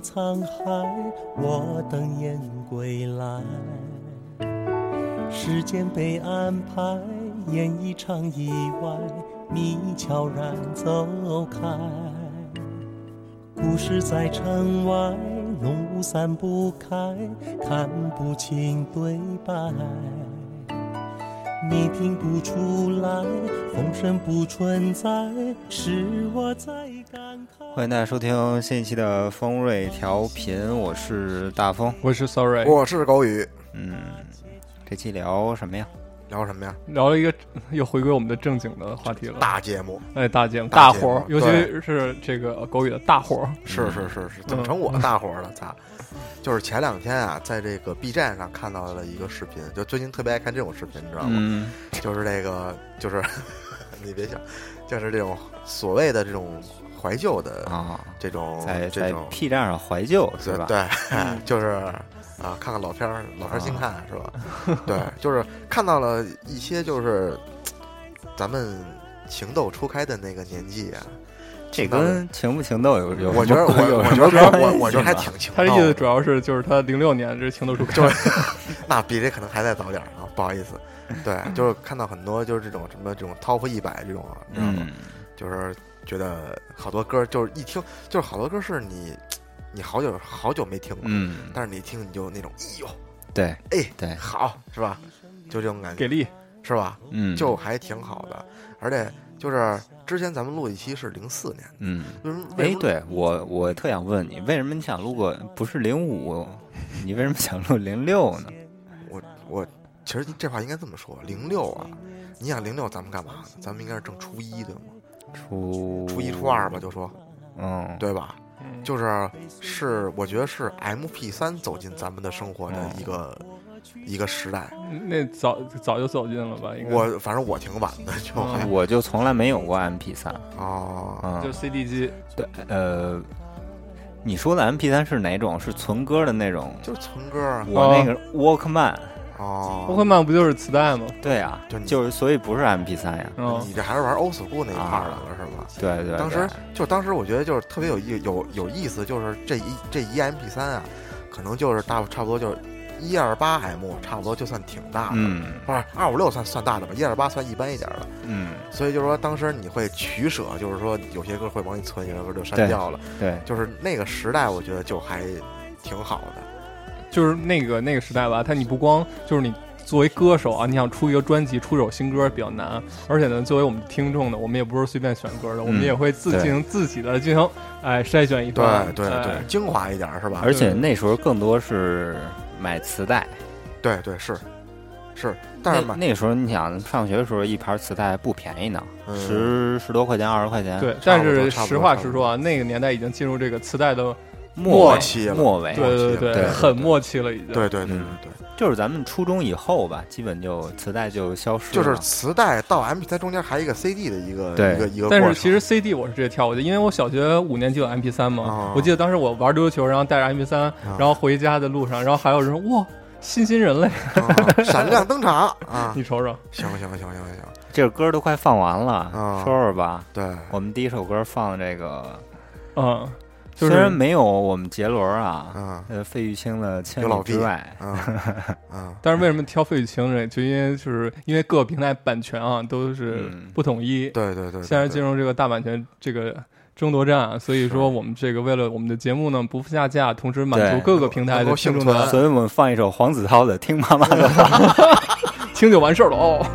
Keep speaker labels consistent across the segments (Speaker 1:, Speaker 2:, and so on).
Speaker 1: 沧海，我等雁归来。时间被安排，演一场意外，你悄然走开。故事在城外，浓雾散不开，看不清对白。你听不出来，风声不存在，是我在感慨。
Speaker 2: 欢迎大家收听新一期的风瑞调频，我是大风。
Speaker 3: 我是 Sorry，
Speaker 4: 我是狗宇，
Speaker 2: 嗯，这期聊什么呀？
Speaker 4: 聊什么呀？
Speaker 3: 聊了一个又回归我们的正经的话题了。
Speaker 4: 大节目
Speaker 3: 哎，大节目，
Speaker 4: 大
Speaker 3: 大
Speaker 4: 节目
Speaker 3: 活儿，尤其
Speaker 4: 对
Speaker 3: 是这个呃狗语的大活儿，
Speaker 4: 是是是是，整成我大伙儿了，操！嗯 就是前两天啊，在这个 B 站上看到了一个视频，就最近特别爱看这种视频，你知道吗？
Speaker 2: 嗯，
Speaker 4: 就是这个，就是 你别想，就是这种所谓的这种怀旧的
Speaker 2: 啊，
Speaker 4: 这种
Speaker 2: 在
Speaker 4: 哦这
Speaker 2: 在
Speaker 4: 种
Speaker 2: P 站上怀旧是
Speaker 4: 对
Speaker 2: 吧？
Speaker 4: 对， 就是啊，看看老片儿，老片儿新看、是 吧？对，就是看到了一些就是咱们情窦初开的那个年纪啊。
Speaker 2: 这
Speaker 4: 听到了
Speaker 2: 跟情不情窦有有
Speaker 4: 我觉得
Speaker 2: 什么
Speaker 4: 我
Speaker 2: 有
Speaker 4: 我
Speaker 2: 什
Speaker 4: 觉
Speaker 2: 么
Speaker 4: 得
Speaker 2: 关
Speaker 4: 我
Speaker 2: 系
Speaker 4: 我觉得还
Speaker 2: 吧
Speaker 4: 挺情
Speaker 3: 他
Speaker 4: 道
Speaker 3: 的意
Speaker 4: 的。
Speaker 3: 思主要是就是他零六年这情窦初开，
Speaker 4: 那比这可能还再早点儿啊，不好意思。 对，就是看到很多就是这种什么这种 top 一百这种啊，你知道吗？
Speaker 2: 嗯
Speaker 4: 就是觉得好多歌就是一听就是好多歌是你你好久好久没听过，
Speaker 2: 嗯，
Speaker 4: 但是你一听你就那种哎呦
Speaker 2: 对
Speaker 4: 哎
Speaker 2: 对，
Speaker 4: 好是吧？就这种感
Speaker 3: 给
Speaker 4: 觉
Speaker 3: 力，
Speaker 4: 是吧？
Speaker 2: 嗯
Speaker 4: 就还挺好的，而且就是之前咱们录一期是零四年，
Speaker 2: 嗯。
Speaker 4: 为什么为
Speaker 2: 哎
Speaker 4: 什，么
Speaker 2: 对我，我特想问你，为什么你想录个不是零五，你为什么想录零六呢？
Speaker 4: 我我其实这话应该这么说，零六啊，你想零六咱们干嘛呢？咱们应该是正初一对吗？
Speaker 2: 初
Speaker 4: 初一初二吧，，就说
Speaker 2: 嗯，
Speaker 4: 对吧？
Speaker 3: 嗯
Speaker 4: 就是是，我觉得是 MP 三走进咱们的生活的一个、一个时代。
Speaker 3: 那早早就走进了吧？应该
Speaker 4: 我反正我挺晚的，就还、
Speaker 2: 我就从来没有过 MP 三
Speaker 3: 嗯
Speaker 4: 哦，
Speaker 2: 啊
Speaker 3: 就，CD 机，
Speaker 2: 对，呃，你说的 MP 三是哪种？是存歌的那种？
Speaker 4: 就是存歌啊
Speaker 2: 我那个 Walkman，
Speaker 3: 包
Speaker 4: 哦，
Speaker 3: 括曼不就是磁带吗？
Speaker 2: 对啊
Speaker 4: 就，你
Speaker 2: 就是所以不是 MP 三呀，
Speaker 3: 嗯，
Speaker 4: 你这还是玩 old school 那一块儿的了、是吧？
Speaker 2: 哦啊对对对，
Speaker 4: 当时就当时我觉得就是特别有意有有意思，就是这一这一 MP 三啊，可能就是大差不多就是一二八 M，差不多就算挺大的，
Speaker 2: 嗯
Speaker 4: 不是二五六算算大的吧，一二八算一般一点儿的。
Speaker 2: 嗯，
Speaker 4: 所以就是说，当时你会取舍，就是说有些歌会往你存，有些歌就删掉了。
Speaker 2: 对，
Speaker 4: 就是那个时代，我觉得就还挺好的。
Speaker 3: 就是那个那个时代吧，他你不光就是你作为歌手啊，你想出一个专辑、出一首新歌比较难，而且呢，作为我们听众呢，我们也不是随便选歌的，我
Speaker 4: 嗯
Speaker 3: 们也会自
Speaker 2: 对
Speaker 3: 进行自己的进行哎筛选一番，哎，
Speaker 4: 精华一点儿是吧？
Speaker 2: 而且那时候更多是买磁带，
Speaker 4: 对对是是，但
Speaker 2: 那
Speaker 4: 是嘛，
Speaker 2: 那时候你想上学的时候一盘磁带不便宜呢，
Speaker 4: 嗯
Speaker 2: 十十多块钱二十块钱，
Speaker 3: 对，
Speaker 4: 差
Speaker 3: 但
Speaker 4: 不多
Speaker 3: 是
Speaker 4: 差不
Speaker 3: 实
Speaker 4: 多
Speaker 3: 话
Speaker 4: 差不
Speaker 3: 实说啊，那个年代已经进入这个磁带的，
Speaker 2: 末
Speaker 4: 末
Speaker 2: 尾
Speaker 4: 期了
Speaker 2: 末尾
Speaker 3: 对对
Speaker 4: 对
Speaker 2: 对
Speaker 3: 很默契了已经。
Speaker 4: 对对对对
Speaker 2: 嗯
Speaker 4: 对，对
Speaker 2: 就是咱们初中以后吧，基本就磁带就消失
Speaker 4: 就
Speaker 2: 了，
Speaker 4: 是磁带到 MP 3中间还有一个 CD 的一个
Speaker 2: 对
Speaker 4: 一个一个过程。
Speaker 3: 但是其实 CD 我是直接跳过去，因为我小学五年级有 MP 3嘛
Speaker 4: 哦，
Speaker 3: 我记得当时我玩溜溜球，然后带着 MP 3然后回家的路上，然后还有人说哇新新人类，
Speaker 4: 啊闪亮登场啊！
Speaker 3: 你瞅瞅，
Speaker 4: 行行行行行行，
Speaker 2: 这首歌都快放完了，
Speaker 4: 啊
Speaker 2: 说说吧。
Speaker 4: 对，
Speaker 2: 我们第一首歌放这个，
Speaker 3: 嗯，就
Speaker 2: 虽然
Speaker 3: 是，
Speaker 2: 没有我们杰伦啊，
Speaker 4: 嗯
Speaker 2: 呃，费玉清的《千
Speaker 4: 有老
Speaker 2: 里之
Speaker 4: 毕
Speaker 2: 外
Speaker 4: 嗯嗯，
Speaker 3: 但是为什么挑《费玉清》这，就因为就是因为各个平台版权啊都是
Speaker 2: 嗯
Speaker 3: 不统一，
Speaker 4: 对对对对，
Speaker 3: 现在进
Speaker 4: 入
Speaker 3: 入这个大版权这个。争夺战啊，所以说
Speaker 4: 是
Speaker 3: 我们这个为了我们的节目呢不下架，同时满
Speaker 2: 对
Speaker 3: 足各个平台
Speaker 4: 能
Speaker 3: 的
Speaker 4: 够
Speaker 3: 听
Speaker 4: 幸
Speaker 3: 众的
Speaker 4: 存
Speaker 2: 所以我们放一首黄子韬的《听妈妈的 话》。
Speaker 3: 听就完事儿了哦。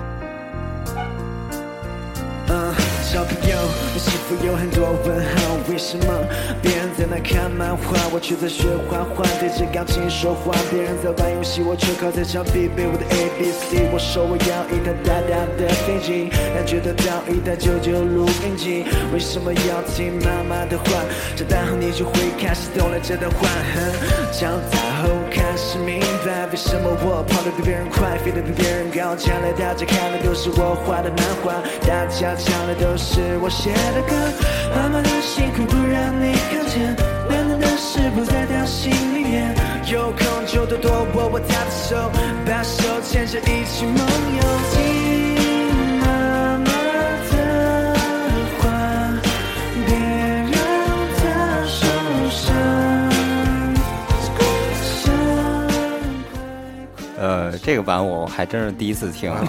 Speaker 5: 嗯，小朋友，你是否有很多问号？为什么别人在那看漫画，我却在学画画，对着钢琴说话？别人在玩游戏，我却靠在墙壁背我的 A B C。我说我要一台大大的飞机，但觉得到一台九九录音机。为什么要听妈妈的话？长大后你就会开始懂了这段话。哼长大后开始明白，为什么我跑得比别人快，飞得比别人高，将来大家看的都是我画的漫画，大家唱的都是我写的歌。妈妈的辛苦不让你看见，难难的事不在她心里面。有空就多多握握她的手，把手牵着一起梦游。听妈妈的话，别让她受伤。
Speaker 2: 呃这个版我还真是第一次听 啊，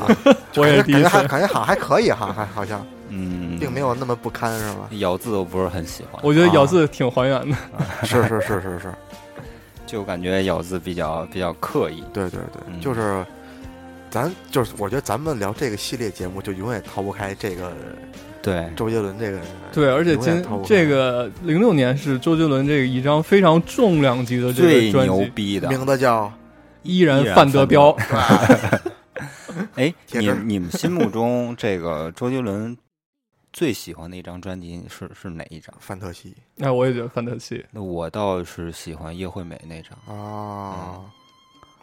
Speaker 3: 我也
Speaker 4: 感
Speaker 3: 第
Speaker 4: 觉
Speaker 3: 一
Speaker 4: 感觉
Speaker 3: 次
Speaker 4: 还感觉好像还可以哈，还好像
Speaker 2: 嗯，
Speaker 4: 并没有那么不堪是 吧？
Speaker 2: 咬字我不是很喜欢，
Speaker 3: 我觉得咬字挺还原的。
Speaker 4: 是是是是是，
Speaker 2: 就感觉咬字比较比较刻意，
Speaker 4: 对对对，
Speaker 2: 嗯
Speaker 4: 就是咱就是我觉得咱们聊这个系列节目就永远逃不开这个
Speaker 2: 对，
Speaker 4: 周杰伦这个人，
Speaker 3: 对，而且
Speaker 4: 永远
Speaker 3: 今
Speaker 4: 逃不开
Speaker 3: 这个零六年是周杰伦这个一张非常重量级的这
Speaker 2: 最
Speaker 3: 个专
Speaker 2: 牛
Speaker 3: 辑，
Speaker 2: 逼的。
Speaker 4: 名字叫
Speaker 3: 依然
Speaker 2: 依然
Speaker 3: 范德
Speaker 2: 范
Speaker 3: 彪
Speaker 2: 德。哎，
Speaker 4: 铁
Speaker 2: 你
Speaker 4: 汁儿
Speaker 2: 你们心目中这个周杰伦最喜欢的一张专辑是是哪一张？
Speaker 4: 范特西
Speaker 3: 哎，我也觉得范特西。
Speaker 2: 那我倒是喜欢叶惠美那张，
Speaker 4: 啊，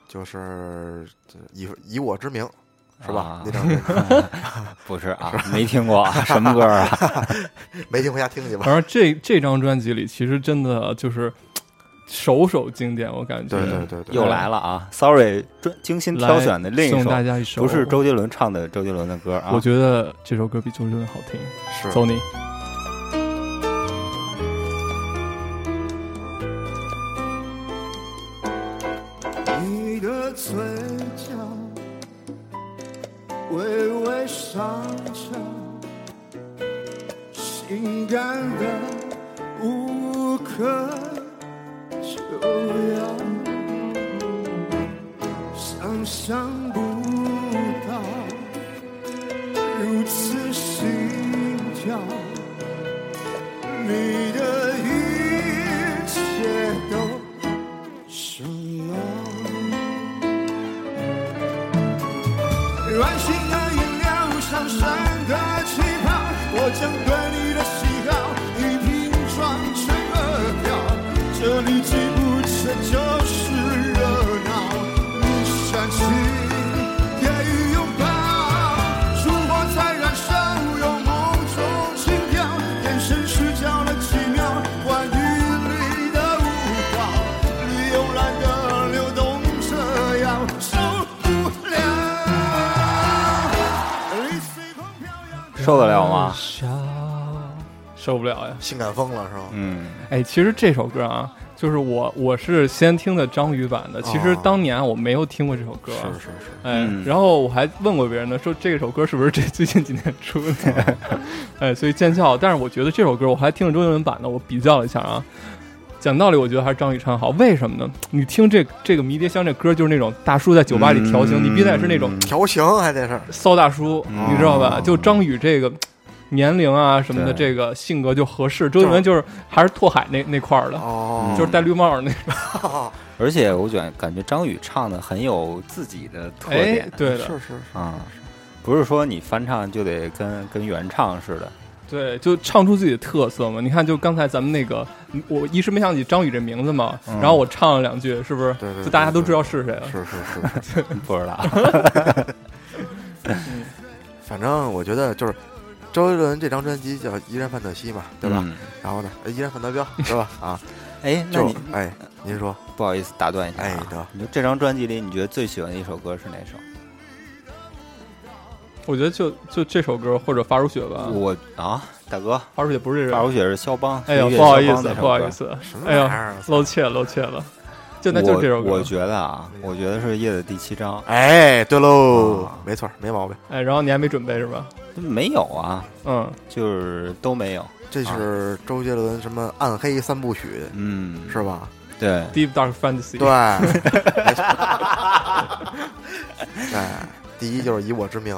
Speaker 4: 就是以以我之名是吧
Speaker 2: 啊？
Speaker 4: 那张专辑
Speaker 2: 不是啊，没听过啊，什么歌啊？
Speaker 4: 没听回家听去吧。
Speaker 3: 反正这这张专辑里，其实真的就是首首经典，我感觉。
Speaker 4: 对对对对，
Speaker 2: 嗯又来了啊！Sorry，专精心挑选的另
Speaker 3: 来
Speaker 2: 一
Speaker 3: 送大
Speaker 2: 首，
Speaker 3: 家一首，
Speaker 2: 不是周杰伦唱的周杰伦的歌啊
Speaker 3: 我。觉得这首歌比周杰伦好听。
Speaker 4: 是
Speaker 3: 走你，
Speaker 5: 你的嘴角微微上翘，性感的无可救药，想象不到如此心跳，你的一切都。想要。软性的饮料，上升的气泡，我将对你的喜好一瓶装成二表。这里既不缺就是热闹，你想去给予拥抱，烛火在燃烧，有某种情调，眼神失焦了几秒，关于你的舞蹈，你慵懒的流动着腰，受不了。你随风飘扬。
Speaker 2: 受得了吗？
Speaker 3: 受不了呀！
Speaker 4: 性感疯了是吧？
Speaker 2: 嗯，
Speaker 3: 哎，其实这首歌啊，就是我我是先听的张宇版的，其实
Speaker 4: 哦
Speaker 3: 当年啊我没有听过这首歌。
Speaker 4: 是是是，
Speaker 3: 哎，
Speaker 2: 嗯
Speaker 3: 然后我还问过别人呢，说这首歌是不是这最近几年出的？ 哎，所以见效。但是我觉得这首歌我还听了周杰伦版的，我比较了一下啊。讲道理，我觉得还是张宇唱好。为什么呢？你听这这个迷迭香这歌，就是那种大叔在酒吧里调情，你必须得是那种
Speaker 4: 调情还得是
Speaker 3: 骚大叔，
Speaker 2: 嗯
Speaker 3: 你知道吧？就张宇这个年龄啊什么的，
Speaker 2: 对
Speaker 3: 这个性格就合适。周杰伦就是还是拓海那那块儿的，
Speaker 4: 哦，
Speaker 3: 就是戴绿帽儿那。
Speaker 2: 而且我觉感觉张宇唱的很有自己的特
Speaker 3: 哎
Speaker 2: 点，
Speaker 3: 对的，
Speaker 4: 是是
Speaker 2: 啊，不是说你翻唱就得跟跟原唱似 的，
Speaker 3: 对，就唱出自己的特色嘛。你看，就刚才咱们那个，我一时没想起张宇这名字嘛，
Speaker 2: 嗯
Speaker 3: 然后我唱了两句，是不是？
Speaker 4: 对对对
Speaker 3: 就大家都知道是谁了。啊
Speaker 4: 是是是是，
Speaker 2: 不知道。
Speaker 4: 反正我觉得就是周杰伦这张专辑叫《依然范特西》嘛，对吧？
Speaker 2: 嗯
Speaker 4: 然后呢，呃依然范德彪，对吧？啊，
Speaker 2: 哎，那
Speaker 4: 就
Speaker 2: 你
Speaker 4: 哎，您说
Speaker 2: 不好意思打断一下
Speaker 4: 哎
Speaker 2: 啊
Speaker 4: 得，
Speaker 2: 你就这张专辑里，你觉得最喜欢的一首歌是哪首？
Speaker 3: 我觉得就就这首歌或者发如雪吧，
Speaker 2: 我啊，大哥，
Speaker 3: 发如雪不是这
Speaker 2: 发
Speaker 3: 人。
Speaker 2: 如雪是肖邦。
Speaker 3: 哎呀，
Speaker 2: 是月
Speaker 3: 不好意
Speaker 2: 肖邦
Speaker 3: 思
Speaker 2: 那，首
Speaker 3: 不好
Speaker 2: 歌
Speaker 3: 意。思，
Speaker 4: 什么
Speaker 3: 哎
Speaker 4: 玩意
Speaker 3: 呀，
Speaker 4: 儿？啊
Speaker 3: 露怯露怯了，就 那就是这首
Speaker 2: 我
Speaker 3: 歌
Speaker 2: 我。觉得啊，我觉得是叶的第七章，
Speaker 4: 哎，对喽
Speaker 2: 啊，
Speaker 4: 没错，没毛病。
Speaker 3: 哎，然后你还没准备是吧？
Speaker 2: 没有啊，
Speaker 3: 嗯，
Speaker 2: 就是都没有。
Speaker 4: 这是周杰伦什么暗黑三部曲
Speaker 2: 嗯，
Speaker 4: 是吧？
Speaker 2: 对，
Speaker 3: 《Deep Dark Fantasy
Speaker 4: 对，》啊没错哎，第一就是以我之名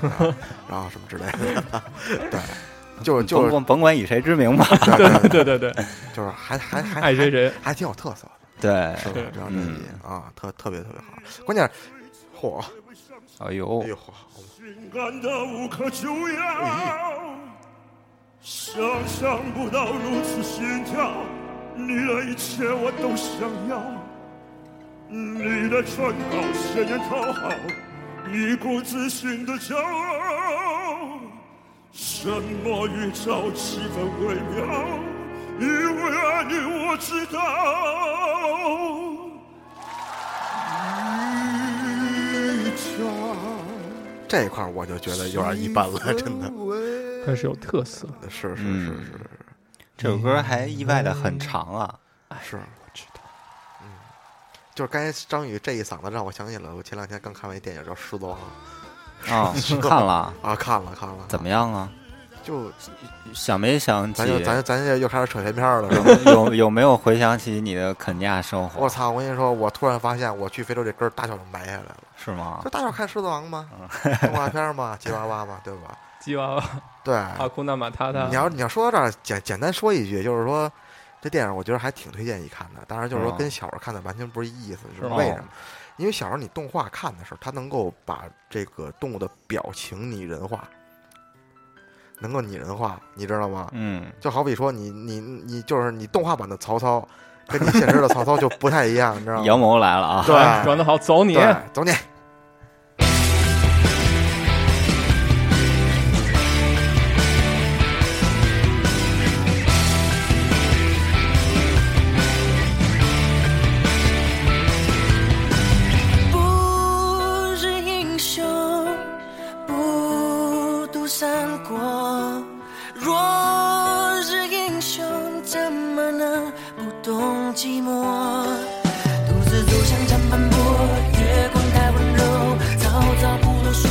Speaker 4: 是吧？然后什么之类的，对，就是就
Speaker 2: 甭
Speaker 4: 是
Speaker 2: 管甭管以谁之 名吧。
Speaker 4: 对对对
Speaker 3: 对对对，
Speaker 4: 就是还还还
Speaker 3: 爱谁谁。
Speaker 4: 还挺有特色的。
Speaker 2: 对，
Speaker 4: 是吧
Speaker 3: 对？
Speaker 4: 这张专辑啊，特特别特别好。关键是，嚯，
Speaker 2: 哎呦
Speaker 4: 哎，呦，
Speaker 1: 敏感的无可救药，想象不到如此心跳，你的一切我都想要，你的唇膏鲜艳讨好，一股自信的骄傲，什么预兆气氛微妙，因为爱你我知道。
Speaker 5: 一条
Speaker 4: 这一块儿我就觉得有点一般了，真
Speaker 1: 嗯
Speaker 4: 的
Speaker 3: 但是有特色，
Speaker 4: 是是是
Speaker 2: 嗯 这首歌还意外的很长啊。
Speaker 4: 是，我知道。嗯，就是刚才张宇这一嗓子让我想起了我前两天刚看完一电影叫《狮子王》
Speaker 2: 啊，看了，
Speaker 4: 啊，看了看了，
Speaker 2: 怎么样啊？
Speaker 4: 就
Speaker 2: 想没想起
Speaker 4: 咱？就咱咱这又开始扯闲篇儿了，是吧？
Speaker 2: 有有没有回想起你的肯尼亚生
Speaker 4: 我
Speaker 2: 活？
Speaker 4: 操！我跟你说，我突然发现我去非洲这根儿大小就埋下来了。
Speaker 2: 是吗
Speaker 4: 就？大小看《狮子王》吗？ 动画片儿吗？吉娃娃吗？对吧？
Speaker 3: 吉娃娃、
Speaker 4: 对。
Speaker 3: 阿库纳马塔塔
Speaker 4: 你，要你要说到这儿，简简单说一句，就是说这电影我觉得还挺推荐一看的。当然，就是说
Speaker 2: 是吗
Speaker 4: 跟小时候看的完全不是一意思，
Speaker 3: 是
Speaker 4: 是
Speaker 3: 吗
Speaker 4: 为什么？因为小时候你动画看的时候，它能够把这个动物的表情拟人化，能够拟人化，你知道吗？
Speaker 2: 嗯，
Speaker 4: 就好比说你你你就是你动画版的曹操，跟你现实的曹操就不太一样，你知道
Speaker 2: 阳
Speaker 4: 吗？
Speaker 2: 谋来了啊！
Speaker 4: 对
Speaker 3: 哎转得好，走你！
Speaker 4: 对，啊走你。
Speaker 5: 啊不是英雄，不渡三国。若是英雄，怎么能不懂寂寞？独自走向长坂坡，月光太温柔，曹操不多说，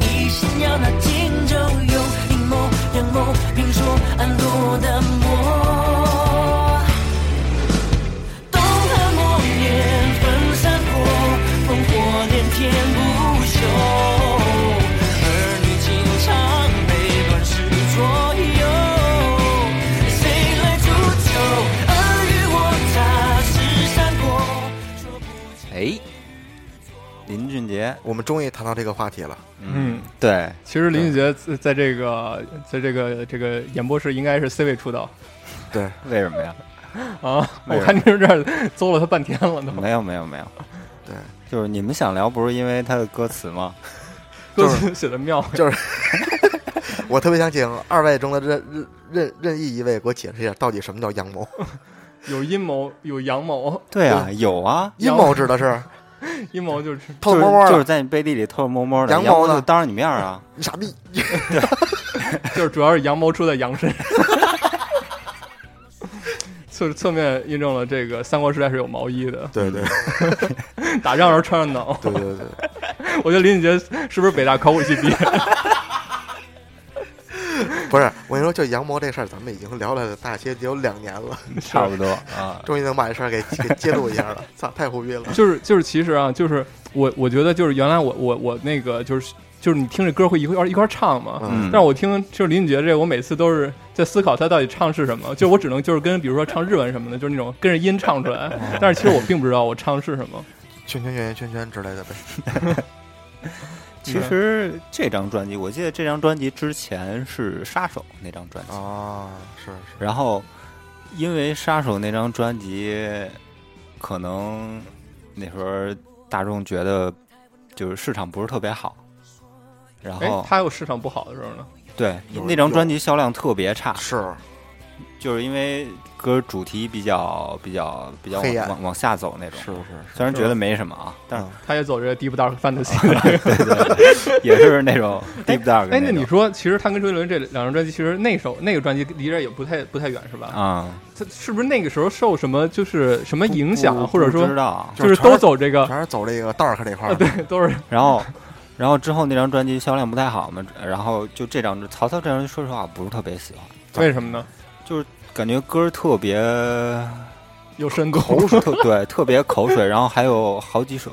Speaker 5: 一心要拿荆州。有阴谋，阳谋，评说暗度的魔。东汉末年分三国，烽火连天不休。儿女情长被乱世左右，谁来煮酒？尔虞我诈是三国。说不清
Speaker 2: 哎，林俊杰，
Speaker 4: 我们终于谈到这个话题了。
Speaker 3: 嗯，
Speaker 2: 对，
Speaker 3: 其实林俊杰在在这个在这个这个演播室应该是 C 位出道
Speaker 4: 对，
Speaker 2: 为什么呀？
Speaker 3: 啊！
Speaker 2: 没有
Speaker 3: 我看你们这儿 邹了他半天了都，
Speaker 2: 没有，没有，没有。
Speaker 4: 对，
Speaker 2: 就是你们想聊，不是因为他的歌词吗？
Speaker 3: 歌词写的妙。
Speaker 4: 我特别想请二位中的任任任任意一位给我解释一下，到底什么叫阳谋？
Speaker 3: 有阴谋，有阳谋，
Speaker 2: 对啊，有啊，
Speaker 4: 阴谋指的 是
Speaker 3: 阴谋就是
Speaker 4: 偷偷摸
Speaker 2: 就是
Speaker 4: 摸
Speaker 2: 就是
Speaker 4: 的，
Speaker 2: 在你背地里偷偷摸摸的，
Speaker 4: 羊
Speaker 2: 羊
Speaker 4: 毛呢
Speaker 2: 就当着你面儿啊。
Speaker 4: 你傻逼！
Speaker 3: 就是主要是阳谋出在羊身 上，就是侧面印证了这个三国时代是有毛衣的，
Speaker 4: 对对
Speaker 3: 打仗时候穿上袄。
Speaker 4: 对对对，
Speaker 3: 我觉得林俊杰是不是北大考古系毕业？
Speaker 4: 不是我跟你说，就阳谋这事儿，咱们已经聊了大些得有两年了，
Speaker 2: 差不多啊。
Speaker 4: 终于能把这事儿给给揭露一下了， 操，太胡逼了！
Speaker 3: 就是就是，其实啊，就是我我觉得就是原来我我我那个就是就是你听这歌会一块儿一块儿唱嘛，
Speaker 4: 嗯
Speaker 3: 但是我听就是林俊杰这个，我每次都是在思考他到底唱是什么，就我只能就是跟比如说唱日文什么的，就是那种跟着音唱出 来，
Speaker 2: 哦
Speaker 3: 但是其实我并不知道我唱的是什么。
Speaker 4: 圈圈圆圈圈之类的呗。
Speaker 2: 其实
Speaker 4: 嗯
Speaker 2: 这张专辑，我记得这张专辑之前是《杀手》那张专辑，
Speaker 4: 啊，是是，
Speaker 2: 然后因为《杀手》那张专辑，可能那时候大众觉得就是市场不是特别好，然
Speaker 3: 哎
Speaker 2: 后，
Speaker 3: 他有市场不好的时候呢，
Speaker 2: 对
Speaker 4: 有
Speaker 2: 那张
Speaker 4: 有
Speaker 2: 专辑销量特别差，
Speaker 4: 是
Speaker 2: 就是因为歌主题比较比较比较
Speaker 4: 黑暗
Speaker 2: 往往往下走那种，
Speaker 4: 是是，
Speaker 2: 虽然
Speaker 3: 是
Speaker 2: 觉
Speaker 3: 吧
Speaker 2: 得没什么啊，但是
Speaker 3: 他也走这个 deep dark
Speaker 2: 啊
Speaker 3: fantasy 的。
Speaker 2: 对对对，也是那种 deep dark
Speaker 3: 哎，那你
Speaker 2: 种
Speaker 3: 说，其实他跟周杰伦这两张专辑，其实那首那个专辑离这也不太不太远，是吧？
Speaker 2: 啊，
Speaker 3: 他是不是那个时候受什么就是什么影响，
Speaker 2: 不
Speaker 3: 或者
Speaker 2: 不知
Speaker 3: 说
Speaker 2: 道啊。
Speaker 3: 就是
Speaker 4: 全
Speaker 3: 都走这个
Speaker 4: 全是走这个 dark 这块
Speaker 3: 啊？
Speaker 4: 儿，
Speaker 3: 对，都是
Speaker 2: 然后，然后之后那张专辑销量不太好嘛，然后就这张曹操这张，说实话我不是特别喜欢，
Speaker 3: 为什么呢？
Speaker 2: 感觉歌儿特别
Speaker 3: 有深度，
Speaker 2: 口 水，特对，特别口水，然后还有好几首。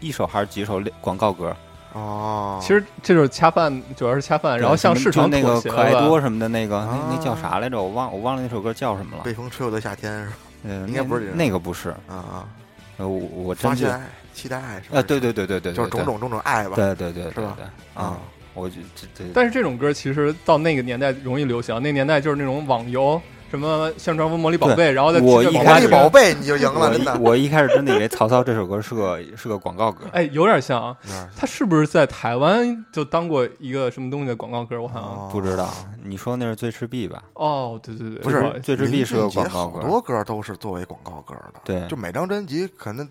Speaker 2: 一首还是几首广告歌？
Speaker 4: 哦，
Speaker 3: 其实这就是恰饭，主要是恰 饭，然后
Speaker 2: 啊对
Speaker 3: 向
Speaker 2: 什么
Speaker 3: 市场
Speaker 2: 就那个
Speaker 3: 妥协
Speaker 2: 可爱
Speaker 3: 了吧
Speaker 2: 多什么的那个，那那叫
Speaker 4: 啊
Speaker 2: 啥来着？我忘我忘了那首歌叫什么了
Speaker 4: 被。风吹过的夏天是吧？
Speaker 2: 嗯，
Speaker 4: 应该
Speaker 2: 那
Speaker 4: 不是这首
Speaker 2: 那个不是。
Speaker 4: 啊啊，
Speaker 2: 呃，我我真
Speaker 4: 发
Speaker 2: 记
Speaker 4: 现
Speaker 2: 得
Speaker 4: 爱，期待爱，是不
Speaker 2: 呃，
Speaker 4: 是
Speaker 2: 对，对对对对，
Speaker 4: 就是
Speaker 2: 对
Speaker 4: 种种种种爱吧，
Speaker 2: 对对对，对
Speaker 4: 是吧？
Speaker 2: 对
Speaker 4: 啊
Speaker 2: 啊，，我就这这
Speaker 3: 但是这种歌其实到那个年代容易流行，那年代就是那种网游，什么宣传《魔力宝贝》，然后再
Speaker 2: 我
Speaker 3: 直
Speaker 2: 一
Speaker 3: 接
Speaker 4: 魔
Speaker 3: 往
Speaker 2: 开
Speaker 3: 外
Speaker 2: 始
Speaker 4: 力宝
Speaker 3: 传。
Speaker 4: 贝你就赢了，
Speaker 2: 我
Speaker 4: 真
Speaker 2: 一
Speaker 4: 的。
Speaker 2: 我一开始真的以为曹操这首歌是个是个广告歌，
Speaker 3: 哎，有点像啊，
Speaker 4: 那儿
Speaker 3: 他是不是在台湾就当过一个什么东西的广告歌？我好
Speaker 4: 哦
Speaker 3: 像
Speaker 2: 嗯不知道。你说那是醉赤壁吧？
Speaker 3: 哦，对对对，
Speaker 4: 不是
Speaker 3: 好意思
Speaker 2: 醉赤
Speaker 4: 林
Speaker 2: 壁
Speaker 4: 俊
Speaker 2: 是个
Speaker 4: 杰
Speaker 2: 广告
Speaker 4: 好
Speaker 2: 歌，
Speaker 4: 多歌都是作为广告歌的，
Speaker 2: 对
Speaker 4: 就每张专辑可能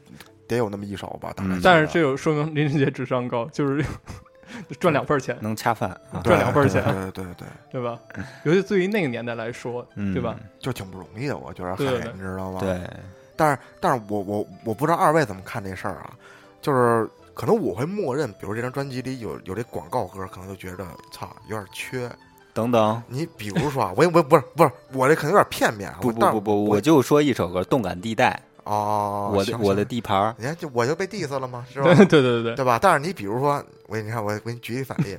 Speaker 4: 得有那么一首吧，大概
Speaker 2: 嗯
Speaker 4: 记得。
Speaker 3: 但是这有说明林俊杰智商高，就是 赚两份儿钱，
Speaker 2: 能恰饭啊。
Speaker 4: 对
Speaker 3: 赚两份儿钱
Speaker 4: 对对对对，
Speaker 3: 对吧？尤其对于那个年代来说，
Speaker 2: 嗯
Speaker 3: 对吧？
Speaker 4: 就挺不容易的，我觉得
Speaker 3: 对对
Speaker 4: 嗨，
Speaker 3: 对
Speaker 4: 你知道吗？。
Speaker 2: 对，
Speaker 4: 但是但是我我我不知道二位怎么看这事儿啊，就是可能我会默认，比如这张专辑里有有这广告歌，可能就觉得操有点缺。
Speaker 2: 等等，
Speaker 4: 你比如说啊，我也我不是不是我这可能有点片面啊，
Speaker 2: 不不
Speaker 4: 但
Speaker 2: 不不，
Speaker 4: 我
Speaker 2: 我就说一首歌《动感地带》，
Speaker 4: 哦，
Speaker 2: 我的
Speaker 4: 行
Speaker 2: 我的
Speaker 4: 行
Speaker 2: 地盘 儿，
Speaker 4: 你看就我就被 diss 了吗？是吧
Speaker 3: 对？对对对对，
Speaker 4: 对吧？但是你比如说，我给你看，我给你举一反例，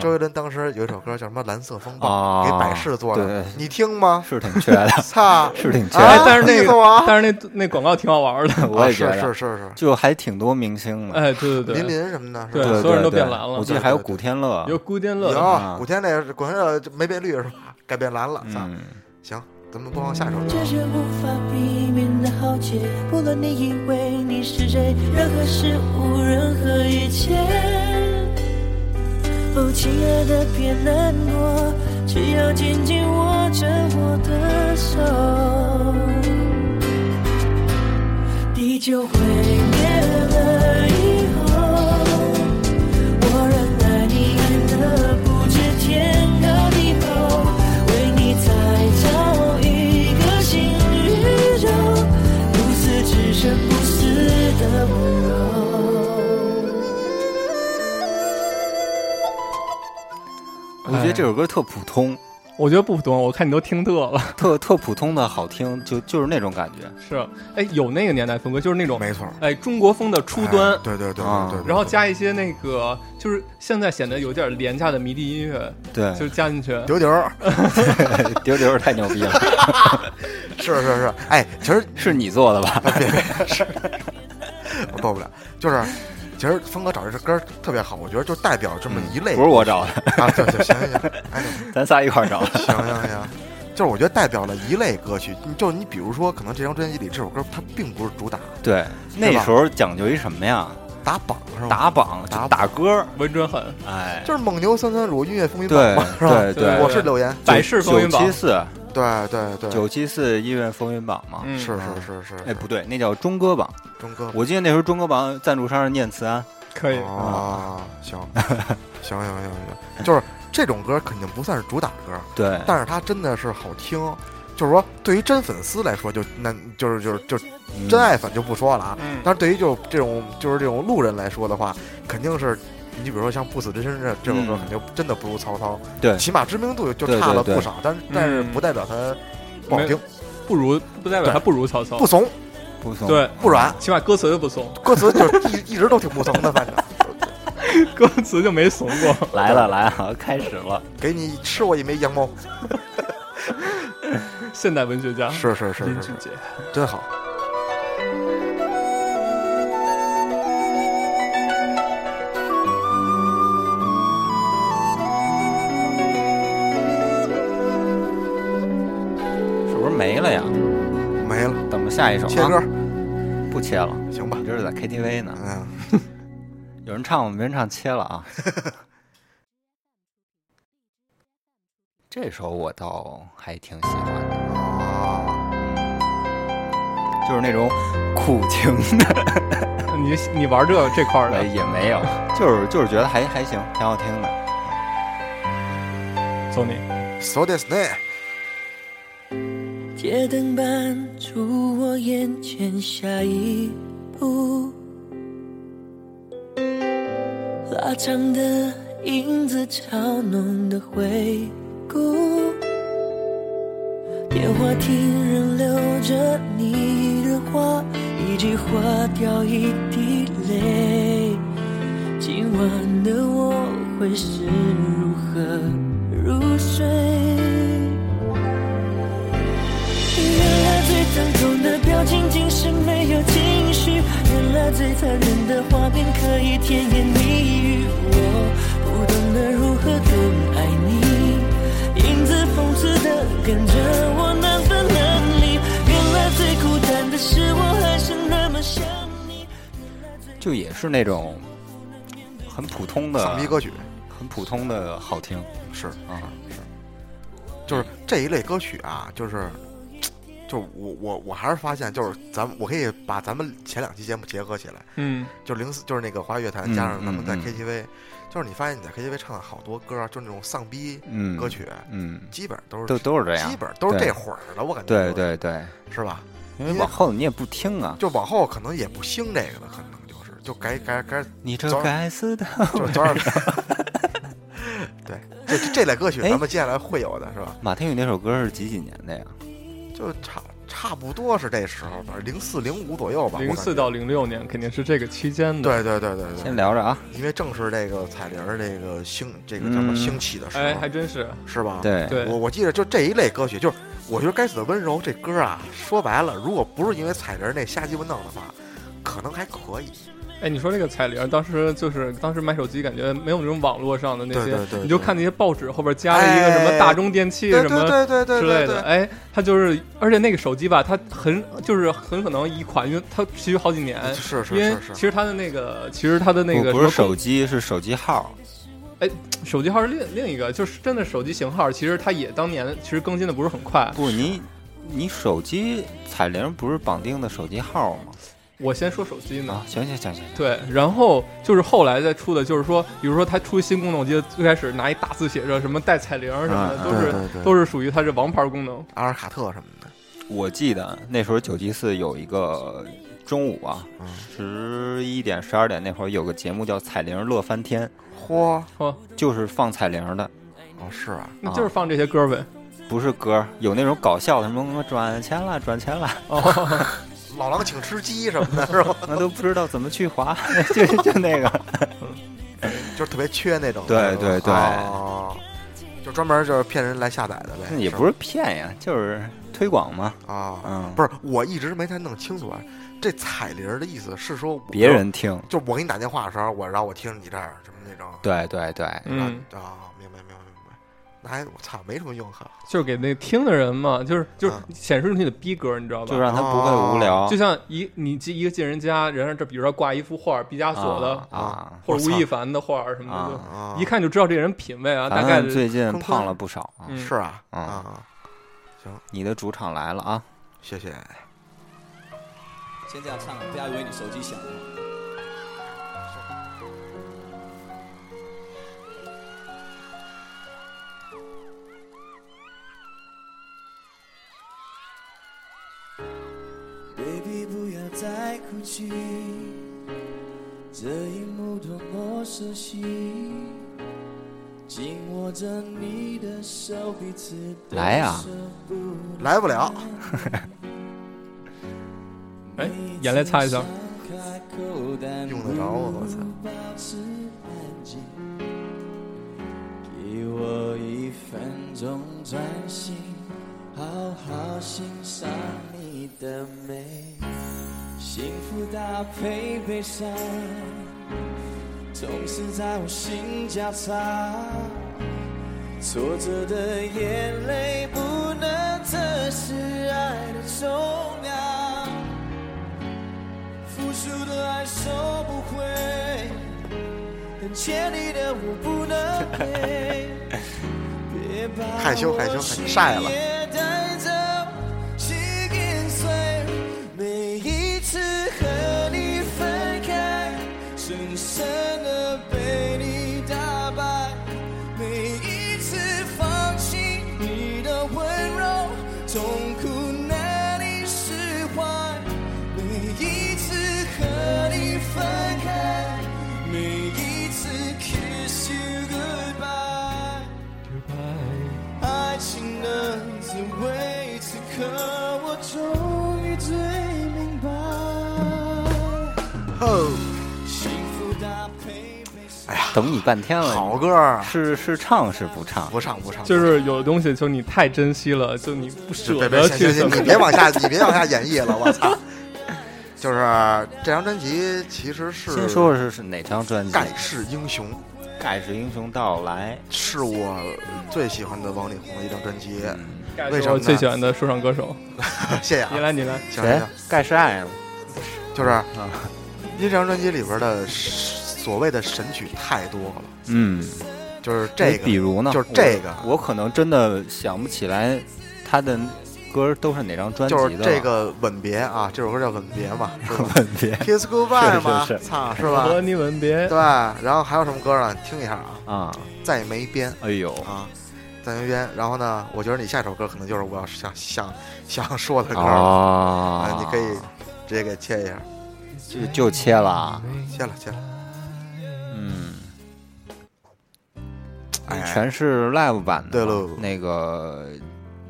Speaker 4: 周杰伦当时有一首歌叫什么《蓝色风暴》，
Speaker 2: 嗯啊
Speaker 4: 给百事做
Speaker 2: 对
Speaker 4: 的，你听吗？
Speaker 2: 是挺缺的，
Speaker 4: 操！
Speaker 2: 是挺缺
Speaker 4: 啊
Speaker 3: 哎
Speaker 2: 的，，
Speaker 3: 但是那
Speaker 4: 那
Speaker 3: 个
Speaker 4: 个啊
Speaker 3: 但是那那广告挺好玩的，
Speaker 2: 我
Speaker 4: 啊
Speaker 2: 也觉
Speaker 4: 是
Speaker 2: 得，
Speaker 4: 是是
Speaker 2: 就还挺多明星的，
Speaker 3: 哎，对对
Speaker 4: 是，林
Speaker 3: 对，
Speaker 4: 林什么的，
Speaker 3: 对
Speaker 4: 是吧？
Speaker 3: 所有人都
Speaker 2: 对
Speaker 3: 变蓝了
Speaker 2: 我记得还有
Speaker 4: 对对
Speaker 2: 古天乐，
Speaker 3: 有古典乐，
Speaker 2: 啊
Speaker 4: 有古天乐，古天乐没变绿是吧？改变蓝了，操！
Speaker 2: 嗯，
Speaker 4: 行，咱们播放下一首歌
Speaker 5: 这。是无法避免的浩劫。不论你以为你是谁，任何事物，任何一切。哦，亲爱的，别难过，只要紧紧握着我的手。地球毁灭了以后。我仍爱你，爱得不知天高地厚，为你再造一个新宇宙，不死之身，不死的温柔。
Speaker 2: 我觉得这首歌特普通，
Speaker 3: 我觉得不普通，我看你都听乐了。
Speaker 2: 特特普通的好听，就就是那种感觉，
Speaker 3: 是，哎，有那个年代风格，就是那种
Speaker 4: 没错，
Speaker 3: 哎中国风的初端
Speaker 4: 哎，对对对
Speaker 2: 啊
Speaker 4: 对对。对
Speaker 3: 然后加一些那个就是现在显得有点廉价的迷笛音乐，
Speaker 2: 对，
Speaker 3: 就是加进去。
Speaker 4: 丢丢，
Speaker 2: 丢丢太牛逼了，
Speaker 4: 是是是，哎，其实
Speaker 2: 是你做的吧？
Speaker 4: 我够不了，就是其实峰哥找这首歌特别好，我觉得就代表这么一类
Speaker 2: 嗯不是我找的，
Speaker 4: 啊，对对，行行行，哎，
Speaker 2: 咱仨一块儿找 的。
Speaker 4: 行行行，就是我觉得代表了一类歌曲，你就你比如说，可能这张专辑里这首歌它并不是主打
Speaker 2: 对，那
Speaker 4: 是吧
Speaker 2: 时候讲究一什么呀？
Speaker 4: 打榜是吗？
Speaker 2: 打榜、
Speaker 4: 打
Speaker 2: 就
Speaker 4: 榜
Speaker 2: 打歌，
Speaker 3: 温准狠，
Speaker 2: 哎，
Speaker 4: 就是蒙牛酸酸乳音乐风云榜
Speaker 2: 对
Speaker 4: 嘛，是吧？
Speaker 2: 对对
Speaker 4: 我是柳岩，
Speaker 3: 百事风云
Speaker 2: 九
Speaker 3: 榜
Speaker 2: 七，四，
Speaker 4: 对对对，
Speaker 2: 九七四音乐风云榜嘛。
Speaker 3: 嗯，
Speaker 4: 啊是是是是，
Speaker 2: 哎，不对，那叫中歌榜。
Speaker 4: 钟哥
Speaker 2: 我记得那时候中歌榜赞助商是念慈庵，
Speaker 3: 可以，
Speaker 4: 啊，行 行行行行，就是这种歌肯定不算是主打歌，
Speaker 2: 对，
Speaker 4: 但是它真的是好听。就是说，对于真粉丝来说，就那就是就是就是
Speaker 2: 嗯
Speaker 4: 真爱粉就不说了啊。
Speaker 3: 嗯，
Speaker 4: 但是对于就这种就是这种路人来说的话，肯定是你比如说像《不死之身》这这首歌，
Speaker 2: 嗯
Speaker 4: 肯定真的不如曹操，
Speaker 2: 对
Speaker 4: 起码知名度就
Speaker 2: 对
Speaker 4: 差了
Speaker 2: 对对嗯
Speaker 4: 不少，但是但是不代表它不好听，
Speaker 3: 不如不代表他不如曹操
Speaker 4: 不，怂
Speaker 2: 不怂，
Speaker 3: 对，
Speaker 4: 不
Speaker 2: 哦
Speaker 4: 软，
Speaker 3: 起码歌词就不怂，
Speaker 4: 歌词就一一直都挺不怂的，反正
Speaker 3: 歌词就没怂过。
Speaker 2: 来了来了，开始了。
Speaker 4: 给你吃我一枚羊毛，
Speaker 3: 现代文学家
Speaker 4: 是是是
Speaker 3: 林
Speaker 4: 是
Speaker 3: 俊
Speaker 4: 是，
Speaker 3: 杰，
Speaker 4: 真好。
Speaker 2: 是不是没了呀？
Speaker 4: 没了，
Speaker 2: 等着下一首
Speaker 4: 切歌
Speaker 2: 啊，，不切了，
Speaker 4: 行吧
Speaker 2: 你。这是在 KTV 呢。
Speaker 4: 嗯，
Speaker 2: 有人唱吗？没人唱，切了啊。这首我倒还挺喜欢的，
Speaker 4: 哦，
Speaker 2: 就是那种苦情的，
Speaker 3: 你你玩这这块儿的，
Speaker 2: 呃也没有，就是就是觉得还还行，挺好听的。
Speaker 4: 哎
Speaker 3: 走你，
Speaker 4: So this day，
Speaker 5: 街灯伴住我眼前下一步，拉长的影子嘲弄的回顾，电话亭仍留着你的话，一句话掉一滴泪。今晚的我会是如何入睡？原来最疼痛的表情竟是没有情绪，原来最残忍的画面可以甜言蜜语。我不懂得如何更爱你，影子讽刺的跟着我难分难离。原来最孤单的是我还是那么想你。
Speaker 2: 就也是那种很普通的
Speaker 4: 丧逼歌曲
Speaker 2: 很普通的好听
Speaker 4: 是
Speaker 2: 啊。
Speaker 4: 就是这一类歌曲啊，就是。就是我我我还是发现，就是咱们我可以把咱们前两期节目结合起来，
Speaker 3: 嗯，
Speaker 4: 就是零四，就是那个华语乐坛
Speaker 2: 嗯
Speaker 4: 加上咱们在
Speaker 2: 嗯嗯
Speaker 4: KTV，、就是你发现你在 KTV 唱的好多歌，啊就是那种丧逼
Speaker 2: 嗯，
Speaker 4: 歌曲，
Speaker 2: 嗯，
Speaker 4: 基本都是
Speaker 2: 都都是这
Speaker 4: 基
Speaker 2: 样。
Speaker 4: 本都是
Speaker 2: 对
Speaker 4: 这会儿的，我感觉
Speaker 2: 对
Speaker 4: 都
Speaker 2: 对
Speaker 4: 是
Speaker 2: 对，
Speaker 4: 是吧？
Speaker 2: 因为往后你也不听啊，
Speaker 4: 就往后可能也不兴这个了，可能就是就该该 该
Speaker 2: 你这
Speaker 4: 早
Speaker 2: 该死的，
Speaker 4: 就早点。 对，这这类歌曲
Speaker 2: 哎
Speaker 4: 咱们接下来会有的是吧？
Speaker 2: 马天宇那首歌是几几年的呀？
Speaker 4: 就差差不多是这时候吧，零四零五左右吧。我
Speaker 3: 零
Speaker 4: 感
Speaker 3: 四
Speaker 4: 觉
Speaker 3: 到零六年肯定是这个期间的。
Speaker 4: 对对对对对，
Speaker 2: 先聊着啊，
Speaker 4: 因为正是这个彩铃儿这个兴这个叫什么
Speaker 2: 嗯
Speaker 4: 兴起的时候，
Speaker 3: 哎，还真是，
Speaker 4: 是吧？，
Speaker 2: 对，
Speaker 3: 对
Speaker 4: 哎我我记得就这一类歌曲，就是我觉得《该死的温柔》这歌啊，说白了，如果不是因为彩铃儿那瞎鸡巴弄的话，可能还可以。
Speaker 3: 哎，你说这个彩铃，当时就是当时买手机，感觉没有那种网络上的那
Speaker 4: 对
Speaker 3: 些
Speaker 4: 对对，对
Speaker 3: 你就看那些报纸后边加了一个什么
Speaker 4: 哎
Speaker 3: 大中电器
Speaker 4: 对
Speaker 3: 什
Speaker 4: 对
Speaker 3: 么
Speaker 4: 对对对
Speaker 3: 之类
Speaker 4: 对
Speaker 3: 的，
Speaker 4: 对，
Speaker 3: 哎，它就是，而且那个手机吧，它很就是很可能一款，因为它持续好几年。
Speaker 4: 是是
Speaker 3: 哎因为
Speaker 4: 是
Speaker 3: 其
Speaker 4: 是，
Speaker 3: 实它的那个，其实它的那个
Speaker 2: 不不是
Speaker 3: 什么
Speaker 2: 手机，是手机号，
Speaker 3: 公手机号是另另一个，就是真的手机型号，其实它也当年其实更新的不是很快。
Speaker 2: 不，你你手机彩铃不是绑定的手机号吗？
Speaker 3: 我先说手机呢，
Speaker 2: 啊，行行行行，行
Speaker 3: 对，然后就是后来再出的，就是说，比如说他出新功能，我记得最开始拿一大字写着什么带彩铃儿什么的，
Speaker 2: 嗯
Speaker 3: 都是
Speaker 4: 啊对对对
Speaker 3: 都是属于它是王牌功能。
Speaker 4: 阿尔卡特什么的，
Speaker 2: 我记得那时候九七四有一个呃中午啊，
Speaker 4: 嗯，
Speaker 2: 十一点十二点那会儿有个节目叫《彩铃乐翻天》，
Speaker 4: 嚯，
Speaker 3: 哦，
Speaker 2: 就是放彩铃的，
Speaker 4: 哦是啊，
Speaker 3: 那就是放这些歌呗。
Speaker 2: 不是歌，有那种搞笑的什么什么转钱啦，转钱 啦，
Speaker 3: 哦，
Speaker 4: 老狼请吃鸡什么的，是吧？
Speaker 2: 那都不知道怎么去滑， 就就那个，
Speaker 4: 就是特别缺那种的，
Speaker 2: 对对对
Speaker 4: 哦就专门就是骗人来下载的呗，
Speaker 2: 也不是骗呀，就是推广 嘛，
Speaker 4: 吧啊，
Speaker 2: 嗯，
Speaker 4: 不
Speaker 2: 是
Speaker 4: 是，我一直没太弄清楚啊，这彩铃儿的意思是说我
Speaker 2: 别，人听，
Speaker 4: 就我给你打电话的时候，我然后我听你这儿什么那种，
Speaker 2: 对对对，
Speaker 3: 嗯，
Speaker 4: 然后啊，明白明白明白，那还我操没什么用哈，
Speaker 3: 就是给那听的人嘛，就是就是
Speaker 4: 嗯
Speaker 3: 显示出你的逼格，你知道吧？
Speaker 2: 就让他不会无聊，
Speaker 3: 就像一你进一个进人家，人家这比如说挂一幅画，毕加索的、
Speaker 2: 啊啊，
Speaker 3: 或者吴亦
Speaker 4: 我
Speaker 3: 凡的画儿什么的，
Speaker 2: 啊
Speaker 4: 啊
Speaker 3: 就一看就知道这人品味啊，大
Speaker 2: 咱
Speaker 3: 概
Speaker 2: 们最近
Speaker 4: 坑
Speaker 2: 胖了不少啊，
Speaker 3: 嗯
Speaker 4: 是啊
Speaker 2: 嗯
Speaker 4: 啊，
Speaker 2: 你的主场来了啊，
Speaker 4: 谢谢，
Speaker 6: 先这样唱，啊不要以为你手机响了。
Speaker 1: Baby，不要再哭泣，这一幕多么熟悉，紧握着你的手，彼此都
Speaker 2: 来呀
Speaker 1: 舍不得
Speaker 4: 来不了，
Speaker 3: 哎，眼泪擦一下，
Speaker 1: 开口，但
Speaker 4: 用得着我我操，
Speaker 1: 保持安静，给我一分钟专心，好好欣赏你的美，幸福搭配悲伤，总是在我心交叉。挫折的眼泪不能测试爱的重量，付出的爱收不回，但欠你的我不能给。别把我
Speaker 4: 害羞害羞害羞晒了
Speaker 1: 心也带走去跟随。每一次和你分开，深深的被你打败。每一次放弃你的温柔，痛苦难以释怀。每一次和你分开，每一次 kiss you goodbye。爱情的滋味，此刻我终于最明白。
Speaker 4: 哦，
Speaker 1: 幸福搭配悲伤。
Speaker 2: 等你半天了，
Speaker 4: 好歌儿，
Speaker 2: 哎
Speaker 4: 啊
Speaker 2: 是是唱是不唱？
Speaker 4: 不唱不唱，
Speaker 3: 就是有的东西，就是你太珍惜了，就你不舍
Speaker 4: 别
Speaker 3: 得
Speaker 4: 别
Speaker 3: 去
Speaker 4: 行
Speaker 3: 怎
Speaker 4: 行，
Speaker 3: 么
Speaker 4: 你别往下，你别往下演绎了，我操，就是这张专辑其实是
Speaker 2: 先说说是是哪张专辑？
Speaker 4: 盖世英雄。
Speaker 2: 盖世英雄到来，
Speaker 4: 是我最喜欢的王力宏的一张专辑，
Speaker 2: 嗯
Speaker 3: 盖
Speaker 4: 为
Speaker 3: 是
Speaker 4: 什么
Speaker 3: 我
Speaker 4: 呢
Speaker 3: 最喜欢的说唱歌手，
Speaker 4: 谢谢
Speaker 3: 你
Speaker 4: 啊！
Speaker 3: 来你来，
Speaker 4: 行
Speaker 2: 谁啊
Speaker 4: 行，？
Speaker 2: 盖世爱吗？
Speaker 4: 就是因为这张专辑里边的所谓的神曲太多了，
Speaker 2: 嗯，
Speaker 4: 就是这
Speaker 2: 哎比
Speaker 4: 个，
Speaker 2: 如呢？
Speaker 4: 就是这个
Speaker 2: 我，我可能真的想不起来他的歌都是哪张专辑
Speaker 4: 就
Speaker 2: 的
Speaker 4: 是
Speaker 2: 了。
Speaker 4: 这个吻别啊，这首歌叫吻别嘛，是吧
Speaker 2: 问题
Speaker 4: ？Kiss goodbye 嘛
Speaker 2: 是是，
Speaker 4: 操，是
Speaker 3: 我
Speaker 4: 吧？
Speaker 3: 和你吻别
Speaker 4: 对，。然后还有什么歌呢？听一下啊，
Speaker 2: 啊，
Speaker 4: 再没边
Speaker 2: 哎呦，
Speaker 4: 啊，范圆圆。然后呢，我觉得你下一首歌可能就是我要想想想说的歌了
Speaker 2: 哦
Speaker 4: 啊，你可以直接给切一下，
Speaker 2: 就就切了，啊
Speaker 4: 切了切了。
Speaker 2: 嗯，
Speaker 4: 哎，
Speaker 2: 全是 live 版的，
Speaker 4: 对喽
Speaker 2: 那个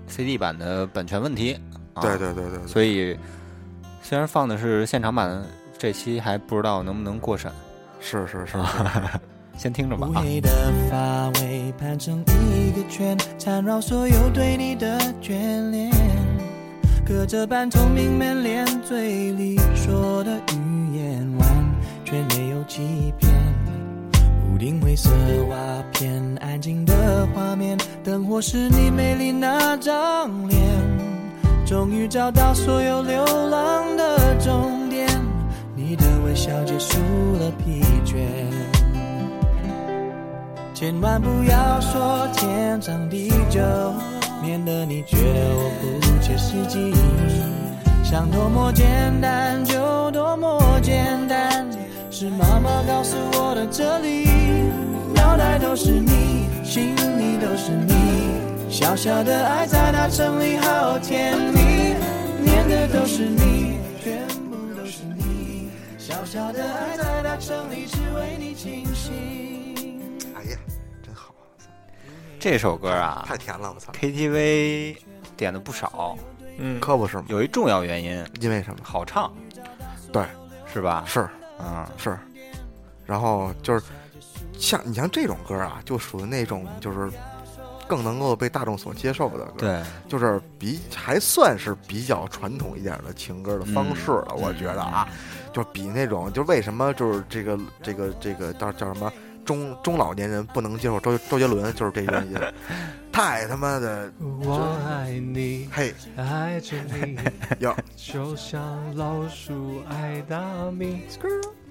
Speaker 2: CD 版的版权问题，啊、
Speaker 4: 对对对对
Speaker 3: 嗯
Speaker 4: 对，
Speaker 2: 所以虽然放的是现场版，这期还不知道能不能过审，
Speaker 4: 是是是，哎
Speaker 2: 先听着吧
Speaker 1: 无
Speaker 2: 啊。
Speaker 1: 谓的发尾盘成一个圈，缠绕所有对你的眷恋。可这般聪明满脸，嘴里说的语言完全没有欺骗。屋顶灰色瓦片，安静的画面，灯火是你美丽那张脸。终于找到所有流浪的终点，你的微笑结束了疲倦。千万不要说天长地久，免得你觉得我不切实际。想多么简单就多么简单，是妈妈告诉我的哲理。脑袋都是你，心里都是你，小小的爱在大城里好甜蜜，念的都是你，全部都是你，小小的爱在大城里只为你倾心。
Speaker 4: 哎呀，真好，
Speaker 2: 这首歌啊
Speaker 4: 太甜了，我操！
Speaker 2: ，KTV 点的不少，
Speaker 3: 嗯，
Speaker 4: 可不是吗？
Speaker 2: 有一重要原因，
Speaker 4: 因为什么？
Speaker 2: 好唱
Speaker 4: 对，
Speaker 2: 是吧？
Speaker 4: 是
Speaker 2: 嗯，
Speaker 4: 是，然后就是像你像这种歌啊，就属于那种就是更能够被大众所接受的歌，，
Speaker 2: 对，
Speaker 4: 就是比还算是比较传统一点的情歌的方式了，我觉得啊，就比那种就为什么就是这个这个这个叫叫什么中中老年人不能接受周周杰伦，就是这原因，太他妈的
Speaker 1: 嗯
Speaker 3: 我爱你，
Speaker 4: 嘿
Speaker 3: 爱着你，
Speaker 4: 哟，
Speaker 3: 就像老鼠爱大米。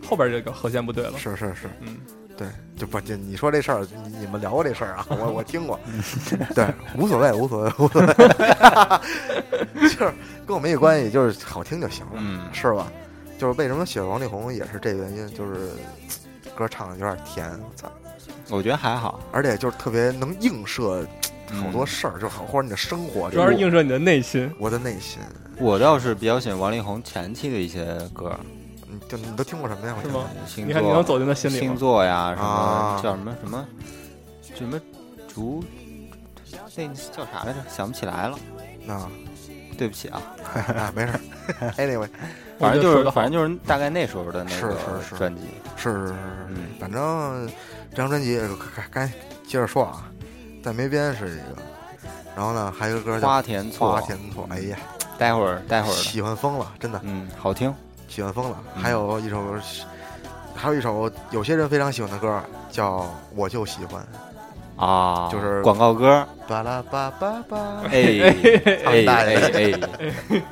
Speaker 3: 后边这个和弦不对了，
Speaker 4: 是是是，
Speaker 3: 嗯，
Speaker 4: 对，就不就你说这事儿，你你们聊过这事儿啊？我我听过，对，无所谓，无所谓，无所谓， 就是跟我没有关系，就是好听就行了，
Speaker 2: 嗯
Speaker 4: 是吧？就是为什么写王力宏也是这原因，就是歌唱的有点甜，我操，
Speaker 2: 我觉得还好，
Speaker 4: 而且就是特别能映射
Speaker 2: 嗯
Speaker 4: 好多事儿，就好或者你的生活，
Speaker 3: 主要是
Speaker 4: 就是
Speaker 3: 映射你的内心。
Speaker 4: 我的内心。
Speaker 2: 我倒是比较喜欢王力宏前期的一些歌，
Speaker 4: 嗯，就你都听过什么呀？我
Speaker 3: 是
Speaker 4: 想
Speaker 3: 吗
Speaker 4: 想
Speaker 2: 星
Speaker 3: 你
Speaker 2: 座，
Speaker 3: 看，你能走进他心里
Speaker 2: 星
Speaker 3: 吗？
Speaker 2: 座呀，什么、
Speaker 4: 啊
Speaker 2: 叫什么什么什么竹，那叫啥来着？想不起来了，
Speaker 4: 啊，
Speaker 2: 对不起啊。
Speaker 4: 哎，没事儿，anyway，
Speaker 2: 反正就
Speaker 3: 我觉得说
Speaker 2: 是
Speaker 3: 得好
Speaker 2: 反正就是大概那时候的那
Speaker 4: 是是是
Speaker 2: 个专辑，
Speaker 4: 是是是是
Speaker 2: 嗯，
Speaker 4: 反正这张专辑该该接着说啊，在梅边是一个，然后呢还有一个歌叫
Speaker 2: 花
Speaker 4: 《
Speaker 2: 田错》。
Speaker 4: 花田错》，哎呀，
Speaker 2: 待会儿待会儿的，
Speaker 4: 喜欢疯了，真的
Speaker 2: 嗯，好听。
Speaker 4: 喜欢疯了。
Speaker 2: 嗯
Speaker 4: 还有一首，还有一首有些人非常喜欢的歌叫《我就喜欢
Speaker 2: 啊，
Speaker 4: 就是
Speaker 2: 广告歌，》，
Speaker 4: 巴拉巴巴巴，
Speaker 2: 哎哎
Speaker 4: 大爷
Speaker 2: 哎哎，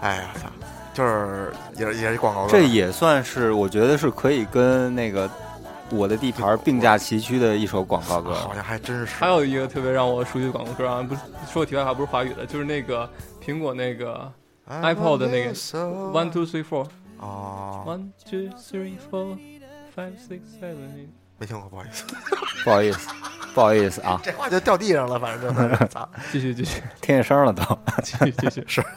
Speaker 4: 哎呀操，就是也是也是广告歌，
Speaker 2: 这也算是我觉得是可以跟那个我的地盘并驾齐驱的一首广告歌。
Speaker 4: 好像还真是。
Speaker 3: 还有一个特别让我熟悉的广告歌啊，不是说题外话，不是华语的，就是那个苹果那
Speaker 4: 哦
Speaker 3: 个
Speaker 4: 啊
Speaker 3: iPod 的那个 one
Speaker 4: One
Speaker 3: two three four
Speaker 4: 哦，
Speaker 3: one two three four five six seven eight。
Speaker 4: 没听过，不好意思，
Speaker 2: 不好意思，不好意思啊，
Speaker 4: 这话就掉地上了，反正就是操，
Speaker 3: 继续继续
Speaker 2: 听见声了都。
Speaker 3: 继续继 续，
Speaker 4: 吧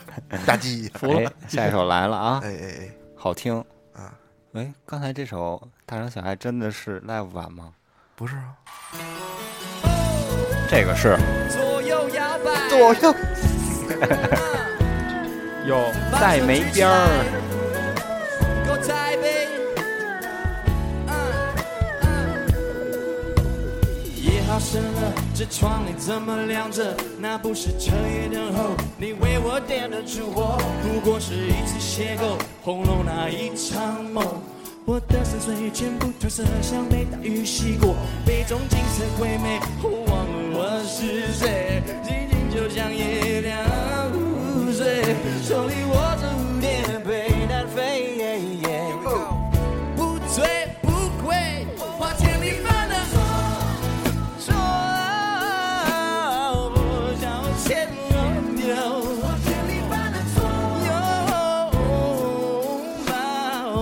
Speaker 4: 唧，
Speaker 3: 服了
Speaker 2: 哎。下一首来了啊
Speaker 4: 哎，哎哎。
Speaker 2: 好听
Speaker 4: 啊。
Speaker 2: 哎，刚才这首《大城小爱》真的是 live 版吗？
Speaker 4: 不是啊，
Speaker 2: 这个是
Speaker 5: 左右摇摆，
Speaker 4: 左右
Speaker 3: 有
Speaker 2: 在没边儿，
Speaker 5: 够台北。
Speaker 1: 夜好深了，这窗帘怎么亮着？那不是彻夜等候，你为我点的烛火，不过是一次邂逅，轰隆那一场梦。我的深邃全部褪色，像被大雨洗过，杯中景色鬼魅，我忘了我是谁，静静就像夜亮湖水，手里握着蝴蝶被单飞。
Speaker 5: 不醉不归，花田里翻的错，不想牵牛。花田里翻的错，拥抱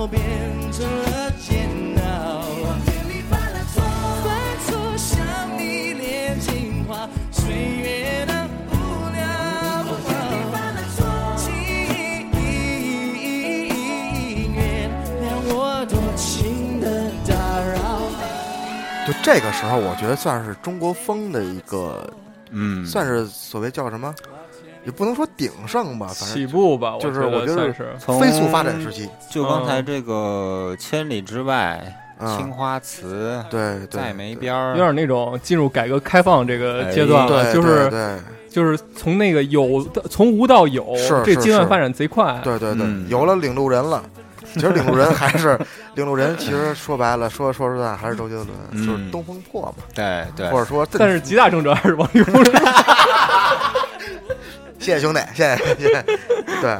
Speaker 5: 变成了煎熬。花田里翻的错，犯错像你连情话
Speaker 4: 就这个时候，我觉得算是中国风的一个，
Speaker 2: 嗯，
Speaker 4: 算是所谓叫什么，也不能说鼎盛吧，反
Speaker 3: 起
Speaker 4: 正
Speaker 3: 步吧，
Speaker 4: 就是
Speaker 3: 我
Speaker 4: 我觉
Speaker 3: 算
Speaker 4: 得
Speaker 3: 是
Speaker 2: 从
Speaker 4: 飞速发展时期。
Speaker 2: 就刚
Speaker 3: 嗯
Speaker 2: 才这个千里之外、青
Speaker 4: 嗯，
Speaker 2: 花瓷、
Speaker 4: 对对，
Speaker 2: 再没
Speaker 4: 对
Speaker 2: 边儿，
Speaker 3: 有点那种进入改革开放这个阶段了，
Speaker 4: 嗯哎对，
Speaker 3: 就是
Speaker 4: 对
Speaker 3: 就是从那个有从无到有，
Speaker 4: 是
Speaker 3: 这
Speaker 4: 是
Speaker 3: 阶段
Speaker 4: 是
Speaker 3: 发展贼快。
Speaker 4: 对对对
Speaker 2: 嗯，
Speaker 4: 有了领路人了。其实领路人还是领路人，其实说白了，说说实在还是周杰伦，
Speaker 2: 嗯
Speaker 4: 就是东风破嘛，
Speaker 2: 对对
Speaker 4: 或，者 说邓，
Speaker 3: 但是极大正转还是 王力宏，
Speaker 4: 谢谢兄弟，谢谢谢谢，对，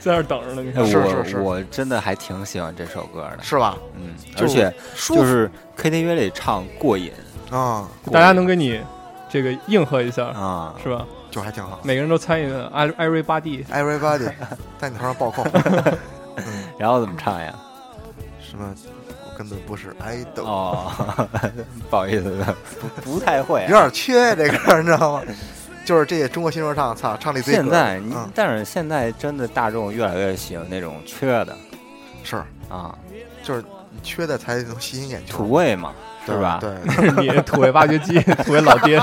Speaker 3: 在那儿等着呢。你看
Speaker 2: 哎，
Speaker 4: 是
Speaker 2: 我
Speaker 4: 是是
Speaker 2: 我真的还挺喜欢这首歌的，
Speaker 4: 是吧？
Speaker 2: 嗯，
Speaker 4: 就
Speaker 2: 而且
Speaker 4: 舒
Speaker 2: 就
Speaker 4: 服
Speaker 2: 是 KTV 里唱过瘾
Speaker 4: 啊，
Speaker 3: 大家能给你这个应和一下，
Speaker 2: 啊，
Speaker 3: 是吧？
Speaker 4: 就还挺好。
Speaker 3: 每个人都参与了 every- everybody，
Speaker 4: Everybody 在你头上暴扣，
Speaker 2: 然后怎么唱呀？
Speaker 4: 什么？我根本不是哎 idol，
Speaker 2: 哦， 不好意思，不不太会啊
Speaker 4: 有。点缺这歌，你知道吗？就是这些中国新说唱，操，唱的最
Speaker 2: 现在你
Speaker 4: 嗯，
Speaker 2: 但是现在真的大众越来越喜欢那种缺的
Speaker 4: 是
Speaker 2: 啊，
Speaker 4: 就是你缺的才能吸引眼球
Speaker 2: 土，味嘛，
Speaker 4: 对
Speaker 2: 是吧？
Speaker 4: 对，
Speaker 3: 你土味挖掘机，土味老爹，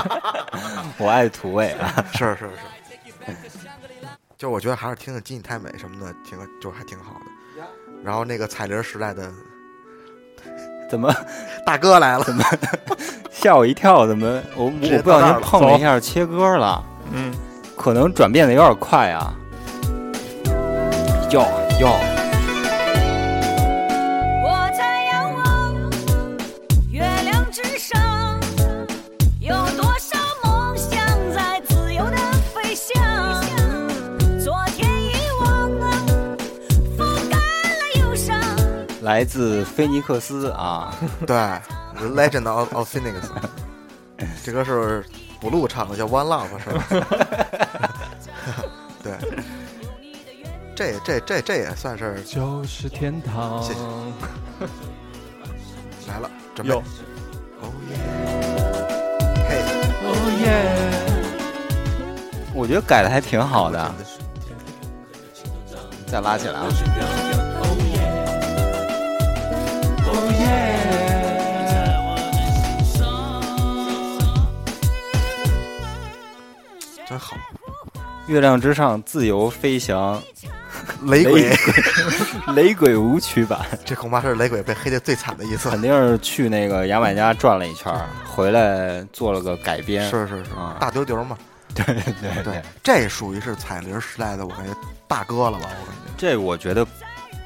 Speaker 2: 我爱土味啊，
Speaker 4: 是是是，就我觉得还是听听金你太美什么的，挺就还挺好的。然后那个彩铃时代的
Speaker 2: 怎么
Speaker 4: 大哥来了，
Speaker 2: 吓我一跳？怎么我
Speaker 4: 直接
Speaker 2: 我不小
Speaker 4: 到那
Speaker 2: 心
Speaker 4: 儿了
Speaker 2: 碰了一下切歌了？
Speaker 3: 嗯，
Speaker 2: 可能转变的有点快啊。哟哟，
Speaker 5: 我在仰望月亮之上，有多少梦想在自由的飞翔？昨天遗忘，覆盖了忧伤。
Speaker 2: 来自菲尼克斯啊，
Speaker 4: 对，The Legend of of Phoenix，这歌是不录唱的，叫 One Love 是吧？ 对，这这这这也算是
Speaker 3: 就是天堂。
Speaker 4: 谢谢来了，准备
Speaker 3: 哟，
Speaker 4: 哦耶嘿，
Speaker 3: 哦耶，
Speaker 2: 我觉得改的还挺好的
Speaker 4: 真。的是
Speaker 2: 再拉起来啊！
Speaker 4: 真好，
Speaker 2: 月亮之上自由飞翔，
Speaker 4: 雷鬼，
Speaker 2: 雷鬼舞曲版，
Speaker 4: 这恐怕是雷鬼被黑的最惨的一次，
Speaker 2: 肯定 是去那个牙买加转了一圈儿，回来做了个改编。
Speaker 4: 是是是
Speaker 2: 啊，哎
Speaker 4: 大丢丢嘛。
Speaker 2: 对对
Speaker 4: 对，，这属于是彩铃时代的，我感觉大哥了吧？我感觉
Speaker 2: 这我觉得，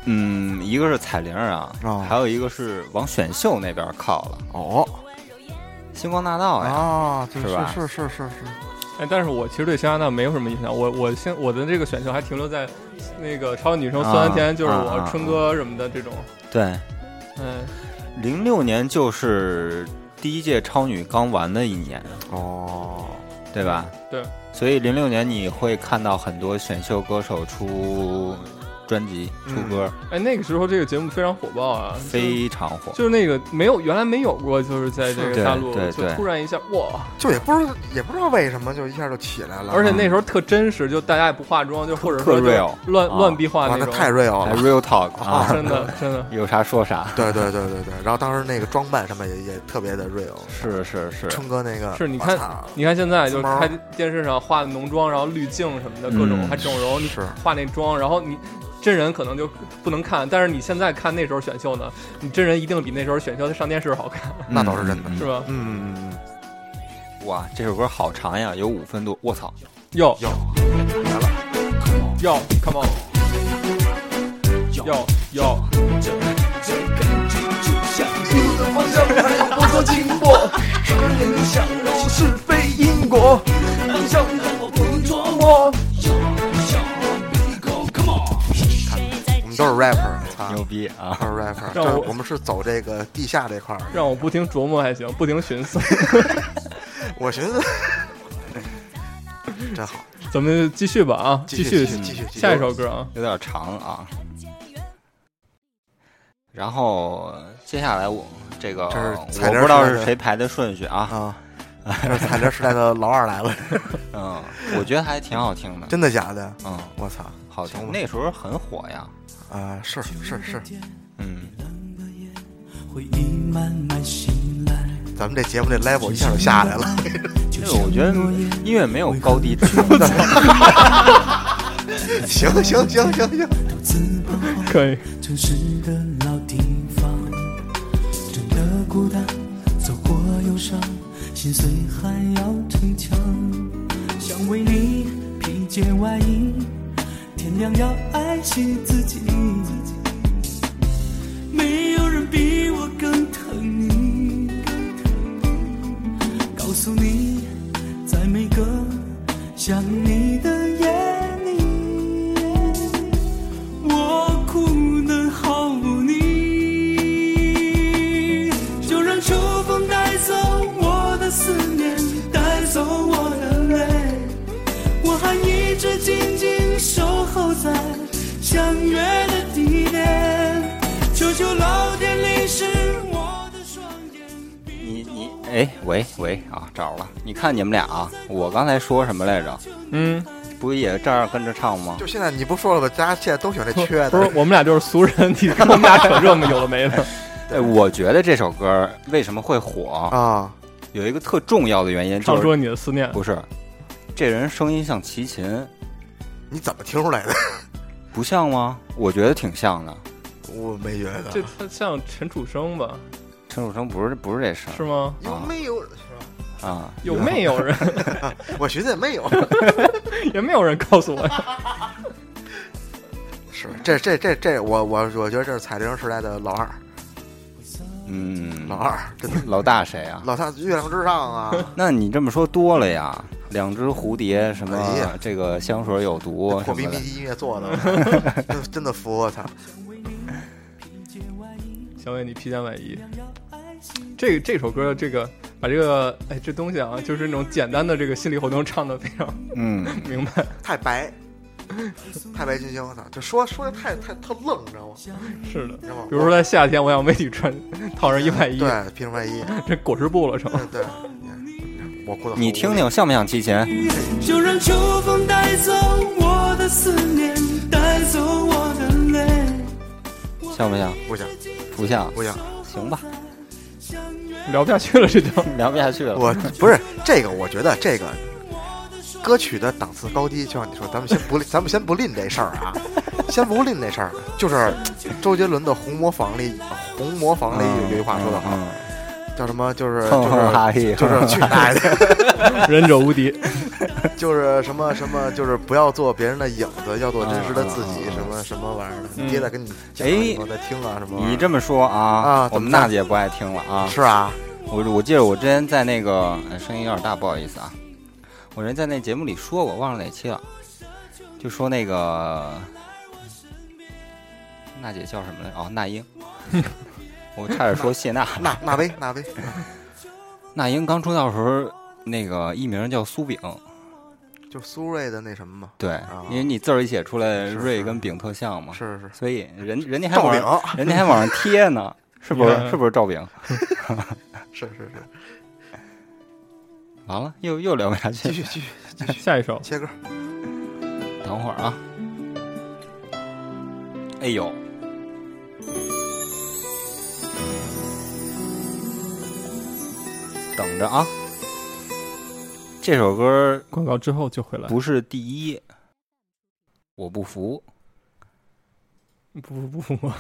Speaker 2: 嗯，一个是彩铃儿啊，
Speaker 4: 哦
Speaker 2: 还有一个是往选秀那边靠了，
Speaker 4: 哦
Speaker 2: 星光大道呀。
Speaker 4: 啊，这
Speaker 2: 是吧
Speaker 4: 是是是是，
Speaker 3: 哎，但是我其实对肖亚娜没有什么印象，我我现我的这个选秀还停留在那个超级女声酸酸甜，就是
Speaker 2: 啊
Speaker 3: 我
Speaker 2: 啊啊
Speaker 3: 春哥什么的这种，
Speaker 2: 对，
Speaker 3: 嗯，
Speaker 2: 零六年就是第一届超女刚完的一年，
Speaker 4: 哦，
Speaker 2: 对吧？
Speaker 3: 对。
Speaker 2: 所以零六年你会看到很多选秀歌手出专辑、出歌，
Speaker 3: 哎，那个时候这个节目非常火爆啊，就是
Speaker 2: 非常火。
Speaker 3: 就是那个没有原来没有过，就是在这
Speaker 2: 是
Speaker 3: 个大陆
Speaker 2: 对对
Speaker 3: 就
Speaker 2: 对啊
Speaker 3: 突然一下哇，
Speaker 4: 就也不知也不知道为什么，就一下就起来了，啊
Speaker 3: 而且那时候特真实，就大家也不化妆，就或者
Speaker 2: 特
Speaker 3: 说就
Speaker 2: real
Speaker 3: 乱
Speaker 2: 啊
Speaker 3: 乱逼化
Speaker 4: 哇，
Speaker 3: 那
Speaker 4: 那
Speaker 3: 种，
Speaker 4: 太 real
Speaker 2: 还
Speaker 4: 了。
Speaker 2: real talk 啊，
Speaker 3: 真的真的。
Speaker 2: 有啥说啥。
Speaker 4: 对对对对对，然后当时那个装扮上面也也特别的 real，
Speaker 2: 是是是，
Speaker 4: 春哥那个
Speaker 3: 是你
Speaker 4: 我
Speaker 3: 看
Speaker 4: 操
Speaker 3: 你看现在就
Speaker 4: 自毛
Speaker 3: 开电视上化浓妆，然后滤镜什么的，
Speaker 2: 嗯
Speaker 3: 各种还整容，你
Speaker 4: 是
Speaker 3: 化那妆，然后你真人可能就不能看，但是你现在看那时候选秀呢，你真人一定比那时候选秀上电视好看，
Speaker 4: 那倒是真的
Speaker 2: 嗯
Speaker 3: 是吧？
Speaker 4: 嗯嗯嗯
Speaker 2: 嗯哇，这首歌好长呀，有五分多。我操，
Speaker 3: 哟
Speaker 4: 嗯，有来了，
Speaker 3: 哟，Come on，哟哟，
Speaker 4: 嗯我们都是 rapper，操，
Speaker 2: 牛逼啊！
Speaker 4: 都是 rapper，
Speaker 3: 让
Speaker 4: 就是
Speaker 3: 我
Speaker 4: 我们是走这个地下这块儿，
Speaker 3: 让我不停琢磨还行，不停寻思，
Speaker 4: 我寻思真好，
Speaker 3: 咱们继续吧啊，
Speaker 4: 继
Speaker 3: 续
Speaker 4: 续继续继续
Speaker 3: 下一首歌啊，
Speaker 2: 有点长啊。然后接下来我这个
Speaker 4: 这是彩
Speaker 2: 我
Speaker 4: 铃
Speaker 2: 不知道
Speaker 4: 时代
Speaker 2: 是
Speaker 4: 的
Speaker 2: 谁排的顺序啊，
Speaker 4: 啊， 这是彩铃时代的老二来了，
Speaker 2: 嗯，我觉得还挺好听的，
Speaker 4: 真的假的？
Speaker 2: 嗯，
Speaker 4: 我操！
Speaker 2: 好听
Speaker 4: 行。吧
Speaker 2: 那时候很火呀，
Speaker 4: 啊，是是是，
Speaker 2: 嗯，
Speaker 1: 回忆慢慢醒来。
Speaker 4: 咱们这节目这 level 一下就下来了。
Speaker 2: 这个我觉得音乐没有高低之分，
Speaker 4: 行行行行行，
Speaker 1: 独自彷徨
Speaker 3: 可以，
Speaker 1: 城市的老地方，真的孤单，走过忧伤，心碎还要逞强。想为你披件外衣，天亮要爱惜自己。没有人比我更疼你，告诉你，在每个想你的夜里。我哭得毫无你，就让秋风带走我的思念，带走我的泪，我还一直静静守候在相约的地点，求求老天淋湿我的双眼。
Speaker 2: 你你哎喂喂啊找着了，你看你们俩啊，我刚才说什么来着？
Speaker 3: 嗯，
Speaker 2: 不也这样跟着唱吗？
Speaker 4: 就现在你不说了吧？大家现在都喜欢这缺
Speaker 3: 不是
Speaker 4: 的，
Speaker 3: 我们俩就是俗人，你跟我们俩扯这么有的没的，
Speaker 2: 哎，我觉得这首歌为什么会火，
Speaker 4: 啊，
Speaker 2: 有一个特重要的原因
Speaker 3: 唱
Speaker 2: 就
Speaker 3: 出
Speaker 2: 是
Speaker 3: 你的思念。
Speaker 2: 不是这人声音像齐秦，
Speaker 4: 你怎么听出来的？
Speaker 2: 不像吗？我觉得挺像的。
Speaker 4: 我没觉得，
Speaker 3: 这他像陈楚生吧？
Speaker 2: 陈楚生不是不是这声
Speaker 3: 是吗？
Speaker 4: 有没有？是吧
Speaker 2: 啊，
Speaker 3: 有没有人？
Speaker 4: 我寻思也没有。
Speaker 3: 也没有人告诉我。
Speaker 4: 是这这这这，我我我觉得这是彩铃时代的老二，
Speaker 2: 嗯，
Speaker 4: 老二真的
Speaker 2: 老大谁啊？
Speaker 4: 老大月亮之上啊，
Speaker 2: 那你这么说多了呀，两只蝴蝶什么、
Speaker 4: 哎呀
Speaker 2: 这个香水有毒什
Speaker 4: 破
Speaker 2: 么
Speaker 4: 逼
Speaker 2: 的
Speaker 4: 逼，音乐做 的，我真真的服我操！
Speaker 3: 小伟，你披件外衣。这个这首歌，这个把这个哎这东西啊，就是那种简单的这个心理活动唱的非常
Speaker 2: 嗯，
Speaker 3: 明白。
Speaker 4: 太白， 太白金星，我操！就说说的太太特愣，你知道吗？
Speaker 3: 是的，
Speaker 4: 你知道吗？
Speaker 3: 比如说在夏天，我想为你 穿套上一外衣，
Speaker 4: 对，披上外衣，
Speaker 3: 这裹尸布了成。
Speaker 4: 对对，我裤子好无
Speaker 2: 你听听像不像齐秦？
Speaker 1: 就让秋风带走我的思念，带走我的泪。
Speaker 2: 像不像？
Speaker 4: 不行
Speaker 2: 不像，
Speaker 4: 不行，
Speaker 2: 行吧，
Speaker 4: 嗯
Speaker 3: 聊不下去了，这 就
Speaker 2: 聊不下去了。
Speaker 4: 我 不是这个，我觉得这个歌曲的档次高低，就像你说，咱们先不咱们先不论这事儿啊，先不论这事儿，就是周杰伦的《红魔坊》里，《红魔坊》里有有一句话说的好，
Speaker 2: 嗯，
Speaker 4: 叫什么？就是
Speaker 2: 哼哼哈嘿，
Speaker 4: 就是就是去奶奶，
Speaker 3: 忍者无敌。
Speaker 4: 就是什么什么，就是不要做别人的影子，要做真实的自己，
Speaker 2: 嗯嗯嗯
Speaker 4: 什么什么玩意儿的。
Speaker 3: 嗯
Speaker 4: 爹在跟你讲，
Speaker 2: 哎
Speaker 4: 你在听啊什么玩意儿？
Speaker 2: 你这么说啊
Speaker 4: 啊，
Speaker 2: 我
Speaker 4: 怎
Speaker 2: 们
Speaker 4: 么
Speaker 2: 娜
Speaker 4: 办
Speaker 2: 姐不爱听了啊。
Speaker 4: 是啊？
Speaker 2: 我我记得我之前在那个哎声音有点大，不好意思啊。我人在那节目里说过，忘了哪期了，就说那个娜姐叫什么来着？哦，那 英。我差点说谢 娜。
Speaker 4: 那那威那威，
Speaker 2: 那英刚出道的时候，那个艺名叫苏炳，
Speaker 4: 就是苏芮的那什么嘛？
Speaker 2: 对
Speaker 4: 啊，
Speaker 2: 因为你字儿一写出来，
Speaker 4: 是是
Speaker 2: 瑞跟炳特像嘛，
Speaker 4: 是是是，
Speaker 2: 所以人人家还
Speaker 4: 赵
Speaker 2: 往
Speaker 4: 饼
Speaker 2: 上人家还往上贴呢， 是不
Speaker 3: 你看
Speaker 2: 是？是不是赵炳？
Speaker 4: 是是是，
Speaker 2: 完了，又又聊不下去
Speaker 4: 继。续继续
Speaker 3: 下一首，
Speaker 4: 切歌。
Speaker 2: 等会儿啊。哎呦，等着啊！这首歌
Speaker 3: 广告之后就回来。
Speaker 2: 不是第一，我不服。
Speaker 3: 不不不不，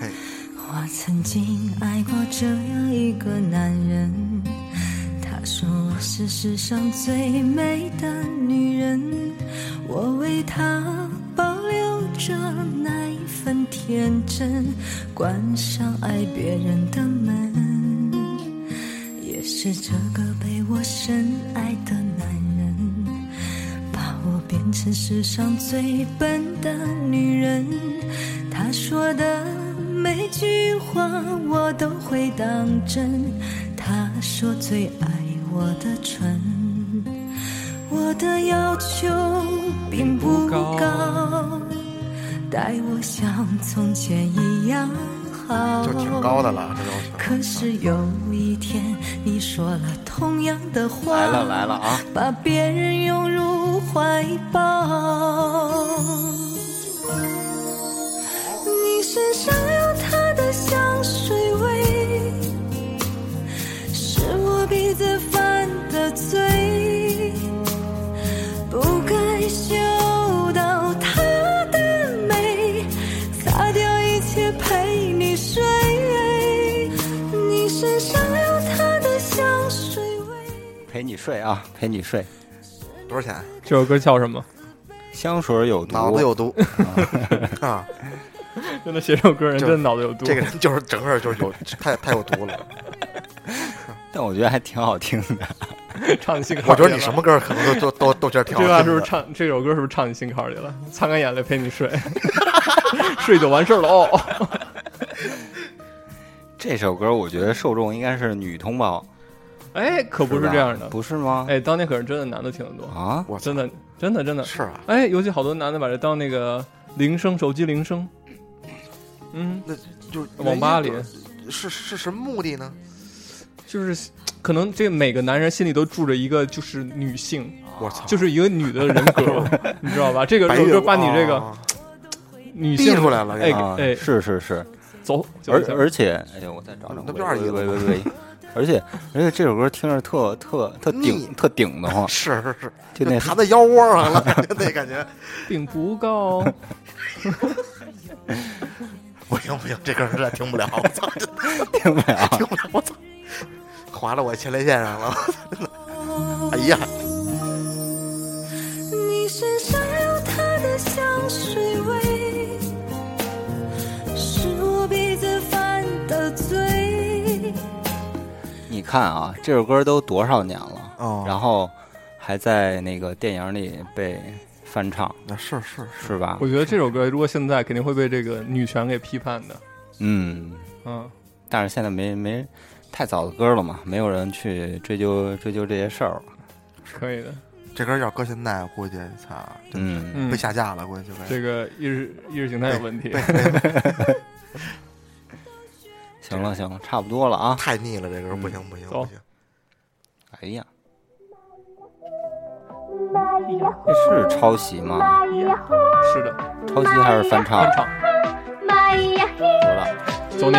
Speaker 4: 嘿，
Speaker 5: 我曾经爱过这样一个男人，他说我是世上最美的女人，我为他保留着那一份天真，关上爱别人的门。也是这个被我深爱的男人，把我变成世上最笨的女人。他说的每句话我都会当真，他说最爱我的唇。我的要求并不高，待我像从前一样好。
Speaker 4: 就挺高的了，这要求。
Speaker 5: 可是有一天，你说了同样的话，
Speaker 2: 来了来了啊！
Speaker 5: 把别人拥入怀抱。你身上有他的香水味，是我鼻子犯的罪，不该嗅到她的美，擦掉一切陪你睡。你身上有他的香水味。
Speaker 2: 陪你睡啊，陪你睡。
Speaker 4: 多少钱？啊
Speaker 3: 这首歌叫什么？
Speaker 2: 香水有毒，
Speaker 4: 脑子有毒 啊！
Speaker 3: 真的写这首歌人真的脑子有毒。
Speaker 4: 这个人就是整个人就是有太太有毒了。
Speaker 2: 但我觉得还挺好听的。
Speaker 3: 唱你心坎
Speaker 4: 我
Speaker 3: 儿里了。
Speaker 4: 觉得你什么歌可能都都都都觉得挺好
Speaker 3: 这
Speaker 4: 听
Speaker 3: 话
Speaker 4: 的。
Speaker 3: 是不是唱这首歌是不是唱你心坎儿里了？ 擦干眼泪陪你睡， 睡就完事儿了哦。
Speaker 2: 这首歌我觉得受众应该是女同胞，
Speaker 3: 哎，可不是
Speaker 2: 吧
Speaker 3: 这样的。
Speaker 2: 不是吗？
Speaker 3: 哎，当年可是真的男的听得多，
Speaker 2: 啊，
Speaker 4: 我操
Speaker 3: 真的真的真的。
Speaker 4: 是啊，
Speaker 3: 哎，尤其好多男的把这当那个铃声，手机铃声。嗯，
Speaker 4: 那就是
Speaker 3: 网吧里
Speaker 4: 是是什么目的呢？
Speaker 3: 就是可能这每个男人心里都住着一个就是女性，
Speaker 4: 我操，
Speaker 3: 就是一个女的人格， 你知道吧？这个
Speaker 4: 啊白
Speaker 3: 这首
Speaker 4: 月
Speaker 3: 歌把你这个
Speaker 4: 啊
Speaker 3: 女
Speaker 4: 逼
Speaker 3: 性
Speaker 4: 出来了，
Speaker 3: 哎
Speaker 4: 这个
Speaker 2: 啊
Speaker 3: 哎
Speaker 2: 是是是，
Speaker 3: 走，走
Speaker 2: 而
Speaker 3: 一下
Speaker 2: 而且，哎呦，我再找找，
Speaker 4: 嗯那不就二姨
Speaker 2: 喂
Speaker 4: 了
Speaker 2: 喂
Speaker 4: 吗
Speaker 2: 喂喂，而且而且这首歌听着特特特
Speaker 4: 腻，
Speaker 2: 顶特顶的慌
Speaker 4: 是是是，
Speaker 2: 就那
Speaker 4: 弹到腰窝上了，感觉那感觉
Speaker 3: 并不高。
Speaker 4: 不行不行，这歌实在听不了，我操，真
Speaker 2: 听不了。
Speaker 4: 听不了，我操，划到我前列腺上了，我操真的，哎呀，
Speaker 5: 你身上有他的香水味，是我鼻子犯的罪。
Speaker 2: 你看啊，这首歌都多少年了，
Speaker 4: 哦
Speaker 2: 然后还在那个电影里被翻唱，
Speaker 4: 那是是
Speaker 2: 是吧
Speaker 3: 我？觉得这首歌如果现在肯定会被这个女权给批判的。
Speaker 2: 嗯，
Speaker 3: 嗯，
Speaker 2: 但是现在没没太早的歌了嘛，没有人去追究追究这些事儿了。
Speaker 3: 可以的。
Speaker 4: 这歌要搁现在，我估计操，真是
Speaker 2: 嗯，
Speaker 3: 嗯
Speaker 4: 被，下架了，估计就该
Speaker 3: 这个意识意识形态有问题。
Speaker 2: 行了行了，差不多了啊。
Speaker 4: 太腻了，这歌不
Speaker 2: 嗯
Speaker 4: 行不行
Speaker 3: 走
Speaker 4: 不行，
Speaker 2: 哎呀，这是抄袭吗？
Speaker 3: 是的，
Speaker 2: 抄袭还是翻唱？
Speaker 3: 翻唱
Speaker 2: 不知道。
Speaker 3: 走你。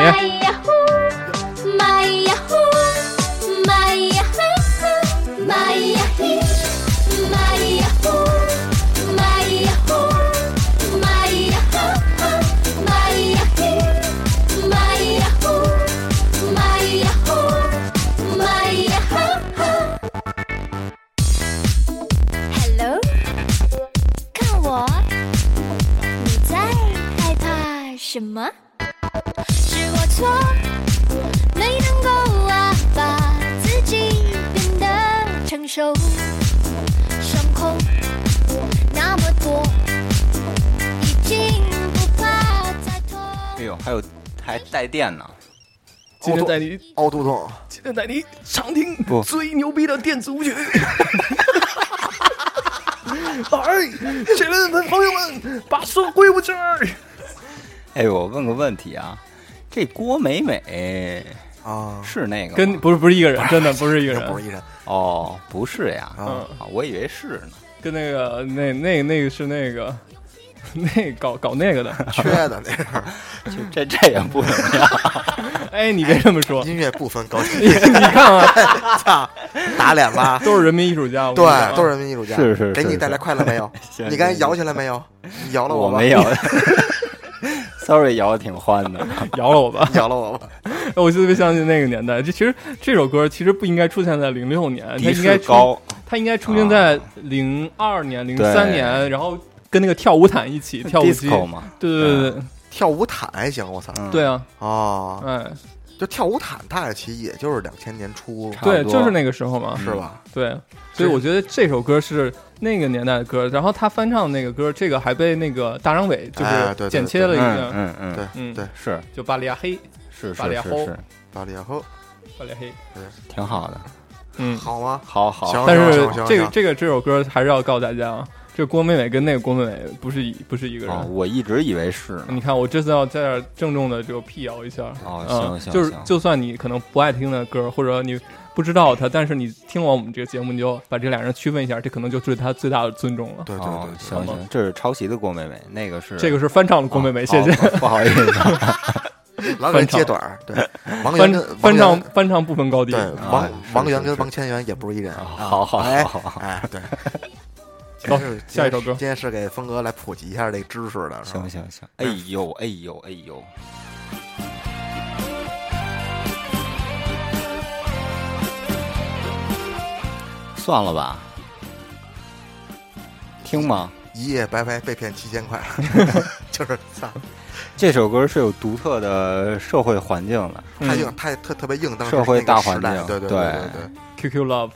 Speaker 7: Hello，看我，你在害怕什么？是我错，没能够啊，把自己变得成熟，伤口那么多，已经不怕再痛。
Speaker 2: 哎呦，还有还带电呢。
Speaker 3: 今天带你，
Speaker 4: 凹肚痛，
Speaker 3: 今天带你畅听
Speaker 2: 不
Speaker 3: 最牛逼的电子 舞曲。哎，铁们们朋友们，把手挥舞起来！
Speaker 2: 哎呦，我问个问题啊，这郭美美
Speaker 4: 啊，
Speaker 2: 是那个吗
Speaker 3: 跟不是不是一 个人，真的不是一个
Speaker 4: 这不是
Speaker 3: 人，
Speaker 4: 一人，
Speaker 2: 哦，不是呀，
Speaker 3: 嗯
Speaker 4: 啊
Speaker 2: 啊我以为是呢。
Speaker 3: 跟那个那那那个是那个 那搞搞那个的。
Speaker 4: 缺的那是
Speaker 2: 这这也不怎么样。
Speaker 3: 哎，你别这么 说，
Speaker 4: 音乐不分高低，
Speaker 3: 你看啊，
Speaker 4: 打 脸吧。
Speaker 3: 都是人民艺术家，我跟你讲啊
Speaker 4: 对，都是人民艺术家，
Speaker 2: 是是
Speaker 4: 给
Speaker 2: 是
Speaker 4: 你
Speaker 2: 是
Speaker 4: 带来快乐没有
Speaker 2: 行？
Speaker 4: 你刚才
Speaker 2: 行
Speaker 4: 摇起来没有？你摇了
Speaker 2: 我
Speaker 4: 吧？
Speaker 2: 没有 ，sorry，摇的挺欢的。
Speaker 3: 饶了我吧。
Speaker 4: 摇了我吧？
Speaker 3: 哎我就特别相信那个年代。这其实这首歌其实不应该出现在零六年，它
Speaker 2: 迪
Speaker 3: 应该
Speaker 2: 士
Speaker 3: 出
Speaker 2: 高，啊
Speaker 3: 它应该出现在零二年、零三
Speaker 2: 对
Speaker 3: 年，然后跟那个跳舞毯 一起跳舞机。
Speaker 2: disco 嘛，
Speaker 3: 对对对对
Speaker 4: 跳舞毯还行，我操！
Speaker 2: 嗯
Speaker 3: 对啊，
Speaker 4: 哦，
Speaker 3: 哎，
Speaker 4: 就跳舞毯大起也就是两千年初，
Speaker 2: 差不
Speaker 3: 对，
Speaker 2: 多嗯
Speaker 3: 就是那个时候嘛。
Speaker 4: 是吧？
Speaker 3: 对，所以我觉得这首歌是那个年代的歌，然后他翻唱那个歌，这个还被那个大张伟就
Speaker 4: 哎对
Speaker 3: 是
Speaker 4: 对
Speaker 3: 剪切
Speaker 2: 嗯
Speaker 3: 了一
Speaker 2: 嗯
Speaker 3: 个，
Speaker 2: 嗯嗯，
Speaker 4: 对
Speaker 3: 嗯
Speaker 4: 对，
Speaker 2: 是
Speaker 3: 就巴利亚黑，
Speaker 2: 是
Speaker 3: 巴
Speaker 2: 是
Speaker 3: 里亚
Speaker 2: 是
Speaker 3: 侯
Speaker 2: 是，
Speaker 4: 巴里亚赫
Speaker 3: 巴利亚黑，
Speaker 2: 挺好的。
Speaker 3: 嗯。
Speaker 4: 好吗？
Speaker 2: 好好，
Speaker 4: 行
Speaker 3: 但
Speaker 4: 行
Speaker 2: 哦
Speaker 3: 是
Speaker 4: 行行
Speaker 3: 这个
Speaker 4: 行
Speaker 3: 这个这首歌还是要告诉大家啊，这郭美美跟那个郭美美不是一不是一个人。
Speaker 2: 哦，我一直以为是呢。
Speaker 3: 你看，我这次要在这儿郑重的就辟谣一下。
Speaker 2: 哦行
Speaker 3: 嗯
Speaker 2: 行
Speaker 3: 就是
Speaker 2: 行
Speaker 3: 就算你可能不爱听的歌，或者你不知道他，但是你听完我们这个节目，你就把这俩人区分一下，这可能就对他最大的尊重了。
Speaker 4: 对
Speaker 2: 哦，行
Speaker 3: 好吗
Speaker 2: 行，这是抄袭的郭美美，那个是
Speaker 3: 这个是翻唱的郭美美，
Speaker 2: 哦
Speaker 3: 谢谢
Speaker 2: 好。不好意思
Speaker 4: 老给人接短儿， 哦对，王
Speaker 3: 翻
Speaker 4: 源跟王
Speaker 3: 翻
Speaker 4: 源
Speaker 3: 唱翻唱不分高低。
Speaker 4: 对，王
Speaker 2: 啊
Speaker 4: 王源跟王千源也不是一人啊。
Speaker 2: 好好
Speaker 4: 哎
Speaker 2: 好好
Speaker 4: 哎， 对。
Speaker 3: 走
Speaker 4: 今天是
Speaker 3: 下一首歌
Speaker 4: 今天是给峰哥来普及一下这个知识的，是吧
Speaker 2: 行行行，哎呦哎呦哎呦，算了吧，听吗？
Speaker 4: 一夜白白被骗七千 块，就是操，
Speaker 2: 这首歌是有独特的社会环境的，
Speaker 4: 太硬，太特特别硬，当时
Speaker 2: 嗯社会
Speaker 4: 那
Speaker 2: 大
Speaker 4: 个
Speaker 2: 环
Speaker 4: 时代
Speaker 2: 境，
Speaker 4: 对对
Speaker 2: 对
Speaker 4: 对对。，
Speaker 3: QQ Love，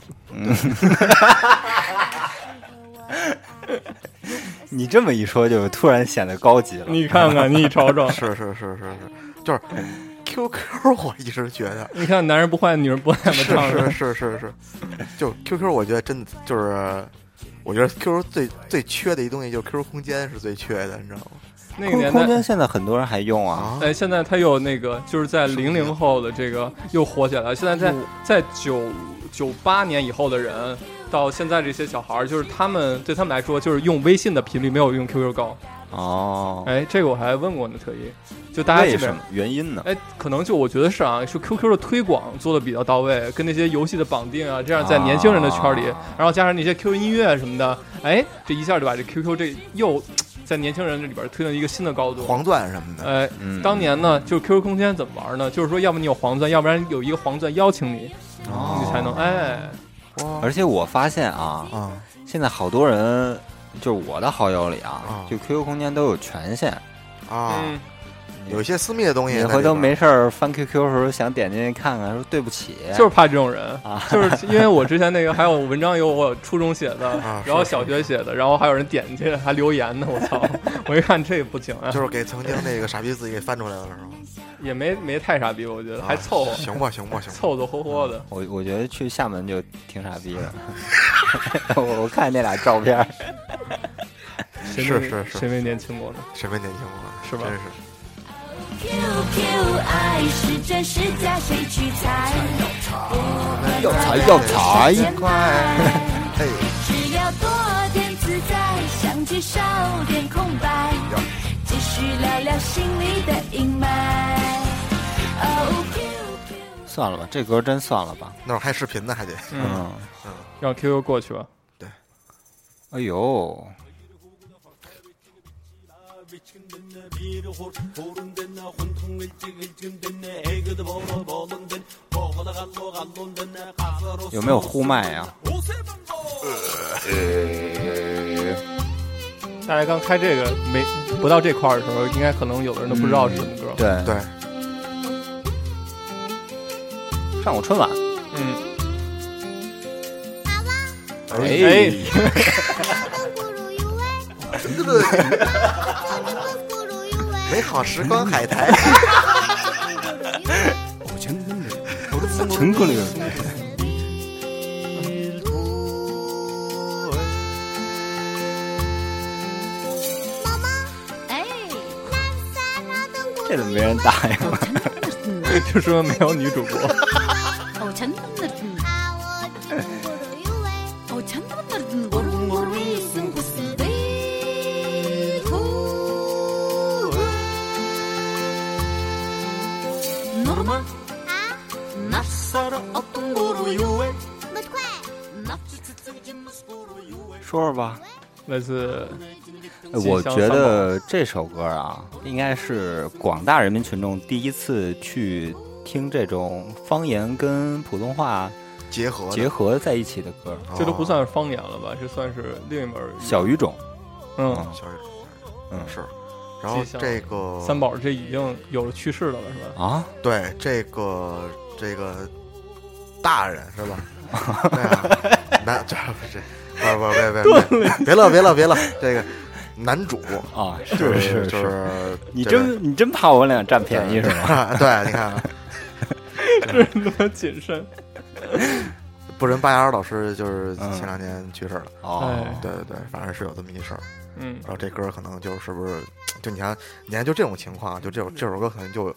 Speaker 2: 你这么一说，就突然显得高级了。
Speaker 3: 你看看，你瞅瞅
Speaker 4: 是是是是是，就是
Speaker 2: 哎
Speaker 4: QQ，我 一直觉得
Speaker 3: 你看男人不坏，女人不爱嘛，
Speaker 4: 是
Speaker 3: 唱
Speaker 4: 是是是是，就 QQ，我觉得真的就是，我觉得 QQ 最最缺的一东西就是 QQ 空间是最缺的，你知道吗？
Speaker 3: 那个
Speaker 2: 空
Speaker 3: 年
Speaker 2: 空间
Speaker 3: 代。
Speaker 2: 现在很多人还用啊，
Speaker 3: 哎，现在他又那个，就是在零零后的这个又火起来了。现在
Speaker 2: 嗯
Speaker 3: 在在九九八年以后的人，到现在这些小孩儿，就是他们对他们来说，就是用微信的频率没有用 QQ 高。
Speaker 2: 哦，
Speaker 3: 哎，这个我还问过呢，特意，就大家基
Speaker 2: 为
Speaker 3: 本
Speaker 2: 什么原因呢？
Speaker 3: 哎，可能就我觉得是啊，是 QQ 的推广做的比较到位，跟那些游戏的绑定啊，这样在年轻人的圈里，
Speaker 2: 啊
Speaker 3: 然后加上那些 QQ 音乐什么的，哎，这一下就把这 QQ 这又在年轻人这里边推到一个新的高度。
Speaker 4: 黄钻什么的，
Speaker 3: 哎，
Speaker 2: 嗯
Speaker 3: 当年呢，就是 QQ 空间怎么玩呢？就是说，要么你有黄钻，要不然有一个黄钻邀请你，
Speaker 4: 哦
Speaker 3: 你才能哎，
Speaker 2: 嗯哦而且我发现啊，
Speaker 4: 啊，
Speaker 2: 现在好多人，就是我的好友里啊
Speaker 4: 啊，
Speaker 2: 就 QQ 空间都有权限。
Speaker 4: 啊，
Speaker 3: 嗯，
Speaker 4: 有一些私密的东西
Speaker 2: 你
Speaker 4: 在里边，
Speaker 2: 回头没事儿翻 QQ 的时候想点进去看看，说对不起，
Speaker 4: 哎
Speaker 3: 就是怕这种人
Speaker 2: 啊，
Speaker 3: 就是因为我之前那个还有文章有我初中写的
Speaker 4: 啊，
Speaker 3: 然后
Speaker 4: 是
Speaker 3: 小学写的，然后还有人点进去还留言呢，我 操！我一看这不行啊，
Speaker 4: 就是给曾经那个傻逼自己给翻出来了，是吗？
Speaker 3: 也没没太傻逼，我觉得
Speaker 4: 啊嗯
Speaker 3: 还凑合，
Speaker 4: 行吧，行吧，行吧。
Speaker 3: 凑凑合合的。
Speaker 2: 我我觉得去厦门就挺傻逼的。 我我看那俩照片儿，
Speaker 3: 谁
Speaker 4: 是
Speaker 3: 没
Speaker 4: 是是
Speaker 3: 谁没年轻过呢？
Speaker 4: 谁没年轻过啊？
Speaker 3: 是吧
Speaker 4: 真是
Speaker 8: QQ 爱是真是假，谁去猜？
Speaker 2: 要财要财，
Speaker 4: 哎，
Speaker 8: 只要多点自在，相聚少点空白，继续聊聊心里的阴霾。哦，QQ。
Speaker 2: 算了吧，这歌真算了吧。
Speaker 4: 那会儿还视频呢，还得
Speaker 3: 嗯，
Speaker 2: 嗯，
Speaker 3: 让 QQ 过去吧。
Speaker 2: 哎呦，有没有呼麦啊呀、
Speaker 3: 大家刚开这个没不到这块儿的时候，应该可能有的人都不知道是什么歌。，
Speaker 2: 对，
Speaker 4: 对，
Speaker 2: 上过春晚。
Speaker 3: 嗯，
Speaker 2: 哎，
Speaker 4: 美好时光海苔，
Speaker 2: 陈哥里
Speaker 7: 哎
Speaker 2: 这怎么没人答应？
Speaker 3: 哎 就说明没有女主播。
Speaker 2: 说说吧。
Speaker 3: 来自
Speaker 2: 哎
Speaker 3: 吉
Speaker 2: 我
Speaker 3: 祥
Speaker 2: 觉
Speaker 3: 三宝
Speaker 2: 得这首歌啊，应该是广大人民群众第一次去听这种方言跟普通话
Speaker 4: 结合的
Speaker 2: 结合在一起的歌。
Speaker 4: 哦
Speaker 3: 这都不算是方言了吧？这算是另一门儿
Speaker 2: 小语种，
Speaker 3: 嗯，
Speaker 2: 嗯
Speaker 4: 小雨，
Speaker 2: 嗯
Speaker 4: 是。然后
Speaker 3: 吉祥
Speaker 4: 这个
Speaker 3: 三宝这已经有了去世了吧？是吧？
Speaker 2: 啊，
Speaker 4: 对这个这个大人是吧？对啊，男这不是不不别别别别了别了别了，这个男主
Speaker 2: 啊是
Speaker 4: 就是就是是
Speaker 2: 你
Speaker 4: 这个
Speaker 2: 真你真怕我俩占便宜是吗？
Speaker 4: 对，你看啊
Speaker 3: 这他妈谨慎。
Speaker 4: 不仁巴雅尔老师就是
Speaker 2: 嗯
Speaker 4: 前两年去世了。
Speaker 2: 哦哎
Speaker 4: 对对对，反正是有这么一事儿。
Speaker 3: 嗯
Speaker 4: 然后这歌可能就是不是，就你看，你看就这种情况，就这首这首歌可能就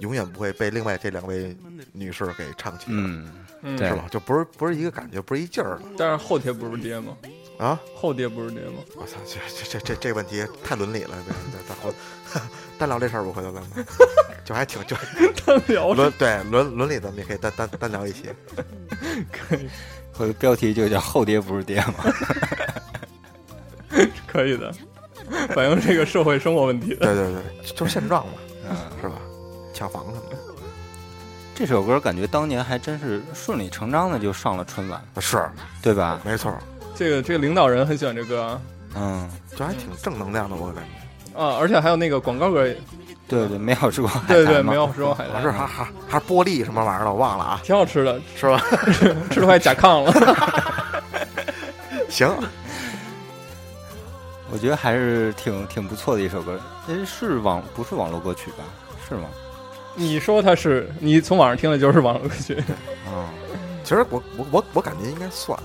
Speaker 4: 永远不会被另外这两位女士给唱起来，
Speaker 2: 嗯嗯
Speaker 4: 是
Speaker 2: 对
Speaker 4: 吧？就不是不是一个感觉，不是一劲儿了
Speaker 3: 但是后爹不是爹吗？
Speaker 4: 啊！
Speaker 3: 后爹不是爹吗？
Speaker 4: 我操，这这这这这问题太伦理了，对对，咱后 单聊这事儿，我回头咱们就还挺就
Speaker 3: 单聊
Speaker 4: 伦对伦伦理，咱们也可以单单单聊一期。
Speaker 3: 可以，
Speaker 2: 我的标题就叫“后爹不是爹”嘛。
Speaker 3: 可以的，反映这个社会生活问 题的。
Speaker 4: 对对对，就是现状嘛，
Speaker 2: 嗯，
Speaker 4: 是吧？抢房什么的。
Speaker 2: 这首歌感觉当年还真是顺理成章的就上了春晚，
Speaker 4: 是，
Speaker 2: 对吧？
Speaker 4: 没错，
Speaker 3: 这个这个领导人很喜欢这歌啊，
Speaker 2: 嗯，
Speaker 4: 就还挺正能量的，我感觉。
Speaker 3: 啊，而且还有那个广告歌也，
Speaker 2: 对对，没有吃过海
Speaker 3: 对对，
Speaker 2: 苔吗
Speaker 3: 没有吃过海
Speaker 2: 嗯
Speaker 4: 我
Speaker 3: 苔
Speaker 4: 是，还还还是玻璃什么玩意儿的，我忘了啊，
Speaker 3: 挺好吃的，
Speaker 4: 是吧？
Speaker 3: 吃的快甲亢了。
Speaker 4: 行，
Speaker 2: 我觉得还是挺挺不错的一首歌。哎，是网不是网络歌曲吧？是吗？
Speaker 3: 你说他是你从网上听的就是网络歌曲，
Speaker 2: 嗯，
Speaker 4: 其实我我我我感觉应该算，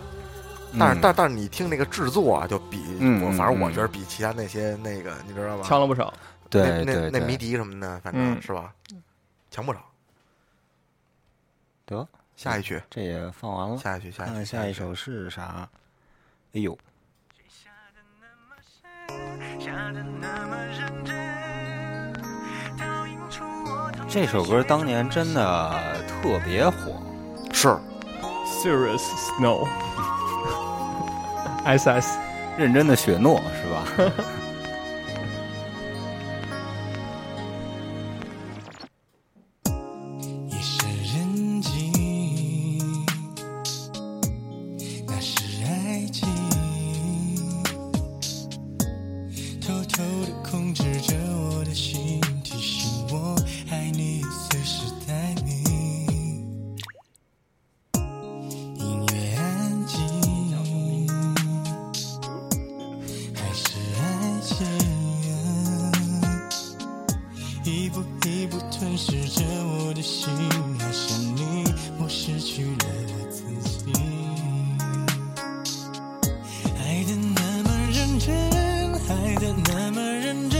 Speaker 4: 但是、
Speaker 2: 嗯
Speaker 4: 但但是你听那个制作啊，就比
Speaker 2: 嗯
Speaker 4: 我
Speaker 2: 嗯
Speaker 4: 反正我
Speaker 2: 嗯
Speaker 4: 觉得比其他那些那个你知道吧，
Speaker 3: 强了不少。
Speaker 2: 对
Speaker 4: 那
Speaker 2: 对
Speaker 4: 那那迷
Speaker 2: 对，
Speaker 4: 笛什么的，反正
Speaker 3: 嗯
Speaker 4: 是吧，强不少。
Speaker 2: 得
Speaker 4: 下一曲，
Speaker 2: 这也放完
Speaker 3: 嗯
Speaker 2: 了，
Speaker 4: 下一曲，下
Speaker 2: 看
Speaker 4: 一曲，
Speaker 2: 看下一
Speaker 4: 曲。
Speaker 2: 首是啥？哎呦，这首歌当年真的特别火。
Speaker 3: 嗯
Speaker 4: 是
Speaker 3: Serious Snow。S S，
Speaker 2: 认真的雪诺是吧？
Speaker 1: 夜深人静，那是爱情，偷偷的控制着我的心，提醒我爱你，随时待命。音乐安静，还是爱情、啊。一步一步吞噬着我的心，爱上你，我失去了我自己。爱的那么认真，爱的那么认真，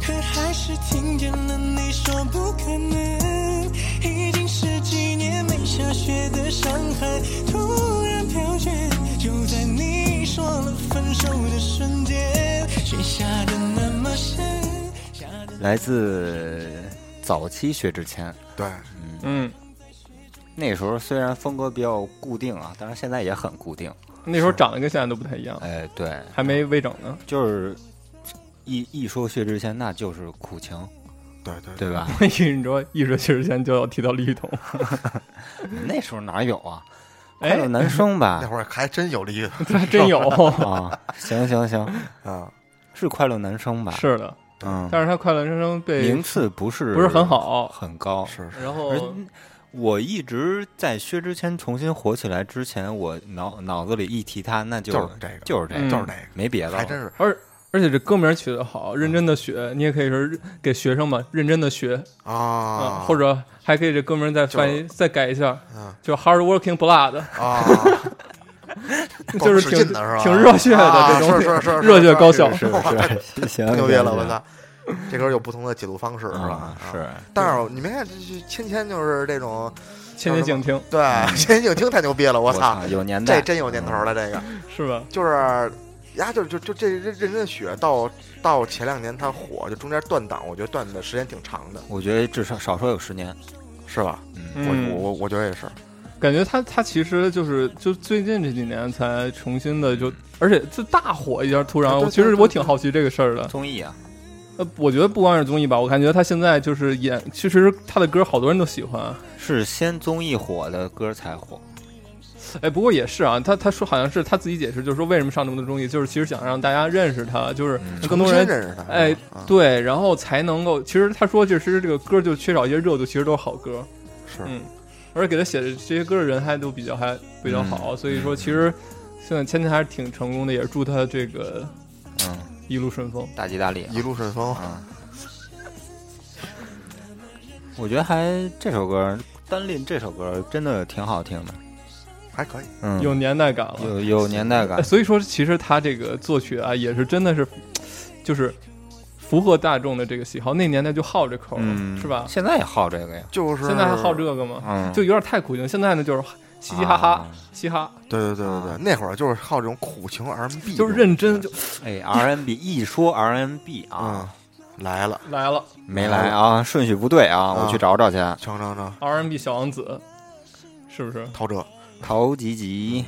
Speaker 1: 可还是听见了你说不可能。已经十几年没下雪的上海，突然飘雪，就在你说了分手的瞬间，雪下的那么深。下得
Speaker 2: 来自早期薛之谦，
Speaker 4: 对，
Speaker 3: 嗯，
Speaker 2: 那时候虽然风格比较固定啊，但是现在也很固定。
Speaker 3: 那时候长得跟现在都不太一样，
Speaker 2: 哎，对，
Speaker 3: 还没微整 呢。
Speaker 2: 就是一一说薛之谦，那就是苦情，
Speaker 4: 对对
Speaker 2: 对吧？
Speaker 3: 我以为你说艺术其实前就要提到李雨 桐，
Speaker 2: 那时候哪有啊？
Speaker 3: 哎
Speaker 2: 快乐男生
Speaker 4: 那
Speaker 2: 吧？
Speaker 4: 会儿还真 有利的
Speaker 3: 他真 有，
Speaker 2: 啊，行行行，
Speaker 4: 啊，
Speaker 2: 是快乐男生吧？，
Speaker 3: 是的。
Speaker 2: 嗯，
Speaker 3: 但是他快乐人生被
Speaker 2: 名次不是
Speaker 3: 不是很，好，
Speaker 2: 很高。
Speaker 4: 是是，
Speaker 3: 然
Speaker 2: 而
Speaker 3: 后
Speaker 2: 我一直在薛之谦重新火起来之前，我脑脑子里一提他，那就
Speaker 4: 就是这个
Speaker 2: 就是这
Speaker 3: 嗯
Speaker 4: 就是那
Speaker 2: 没别的
Speaker 4: 个，
Speaker 2: 了，
Speaker 4: 还真是
Speaker 3: 而而且这歌名取得好，认真的学，你也可以说给学生嘛，认真的学嗯
Speaker 4: 啊，
Speaker 3: 或者还可以这歌名再翻译再改一下
Speaker 4: 嗯，
Speaker 3: 就 hard working blood，
Speaker 4: 啊，
Speaker 3: 就
Speaker 4: 够
Speaker 3: 是
Speaker 4: 使
Speaker 3: 挺
Speaker 4: 劲的是吧？
Speaker 3: 挺热血的这种
Speaker 4: 啊是是是是
Speaker 3: 热血高校
Speaker 4: 是是
Speaker 2: 是 是，行，
Speaker 4: 太牛逼了，
Speaker 2: 行
Speaker 4: 我！操！这歌有不同的解读方式，是
Speaker 2: 行
Speaker 4: 吧
Speaker 2: 啊？，是，
Speaker 4: 但是你没看，这这芊芊就是这种，
Speaker 3: 千金静听
Speaker 4: 对， 芊芊影厅太牛逼了，嗯我
Speaker 2: 我
Speaker 4: 操！嗯
Speaker 2: 操，有年代，
Speaker 4: 这真有年头了，这个
Speaker 3: 是吧？
Speaker 4: 就是，呀，就就就这认认真雪到到前两年它火，就中间断档，我觉得断的时间挺长的，
Speaker 2: 我觉得至少少说有十年。
Speaker 4: 是吧？
Speaker 2: 嗯，
Speaker 4: 我我
Speaker 3: 嗯，
Speaker 4: 我我觉得也是，
Speaker 3: 感觉他他其实就是就最近这几年才重新的就，而且就大火一下，突然，
Speaker 4: 对对
Speaker 3: 我其实我挺好奇这个事儿的。
Speaker 2: 综艺啊，
Speaker 3: 呃，我觉得不光是综艺吧，我感觉他现在就是演，其实他的歌好多人都喜欢。
Speaker 2: 是先综艺火的歌才火。
Speaker 3: 哎，不过也是啊，他他说好像是他自己解释，就是说为什么上这么多综艺，就是其实想让大家认识他，就是让更
Speaker 4: 嗯重
Speaker 3: 多
Speaker 4: 新
Speaker 3: 人。
Speaker 4: 认识他，
Speaker 3: 哎
Speaker 4: 啊，
Speaker 3: 对，然后才能够，其实他说就是这个歌就缺少一些热度，其实都是好歌，
Speaker 4: 是
Speaker 3: 嗯，而且给他写的这些歌的人还都比较还比较
Speaker 2: 嗯
Speaker 3: 好，所以说其实现在芊芊还是挺成功的，也是祝他这个
Speaker 2: 嗯，
Speaker 3: 一路顺风。
Speaker 2: 大吉大利啊。
Speaker 4: 一路顺风，
Speaker 2: 嗯，我觉得还这首歌单拎这首歌真的挺好听的，
Speaker 4: 还可以，
Speaker 2: 嗯，
Speaker 3: 有年代感了，哎
Speaker 2: 有有年代 感。
Speaker 3: 所以说，其实他这个作曲啊，也是真的是，就是符合大众的这个喜好。那年代就好这口，
Speaker 2: 嗯
Speaker 3: 是吧？
Speaker 2: 现在也好这个呀，
Speaker 4: 就是
Speaker 3: 现在还好这个吗？
Speaker 2: 嗯啊
Speaker 3: 就有点太苦情。现在呢，就是嘻嘻哈哈，嘻哈，
Speaker 4: 对对对对对，那会儿就是靠这种苦情 R&B，
Speaker 3: 啊就是认真就
Speaker 2: 哎，R&B 一说 R&B 啊，
Speaker 4: 来了，
Speaker 3: 来了。
Speaker 4: 嗯
Speaker 2: 没来啊，顺序不对啊，我去找找去。
Speaker 4: 成成成，
Speaker 3: R&B 小王子，是不是？
Speaker 4: 陶喆，
Speaker 2: 陶吉吉，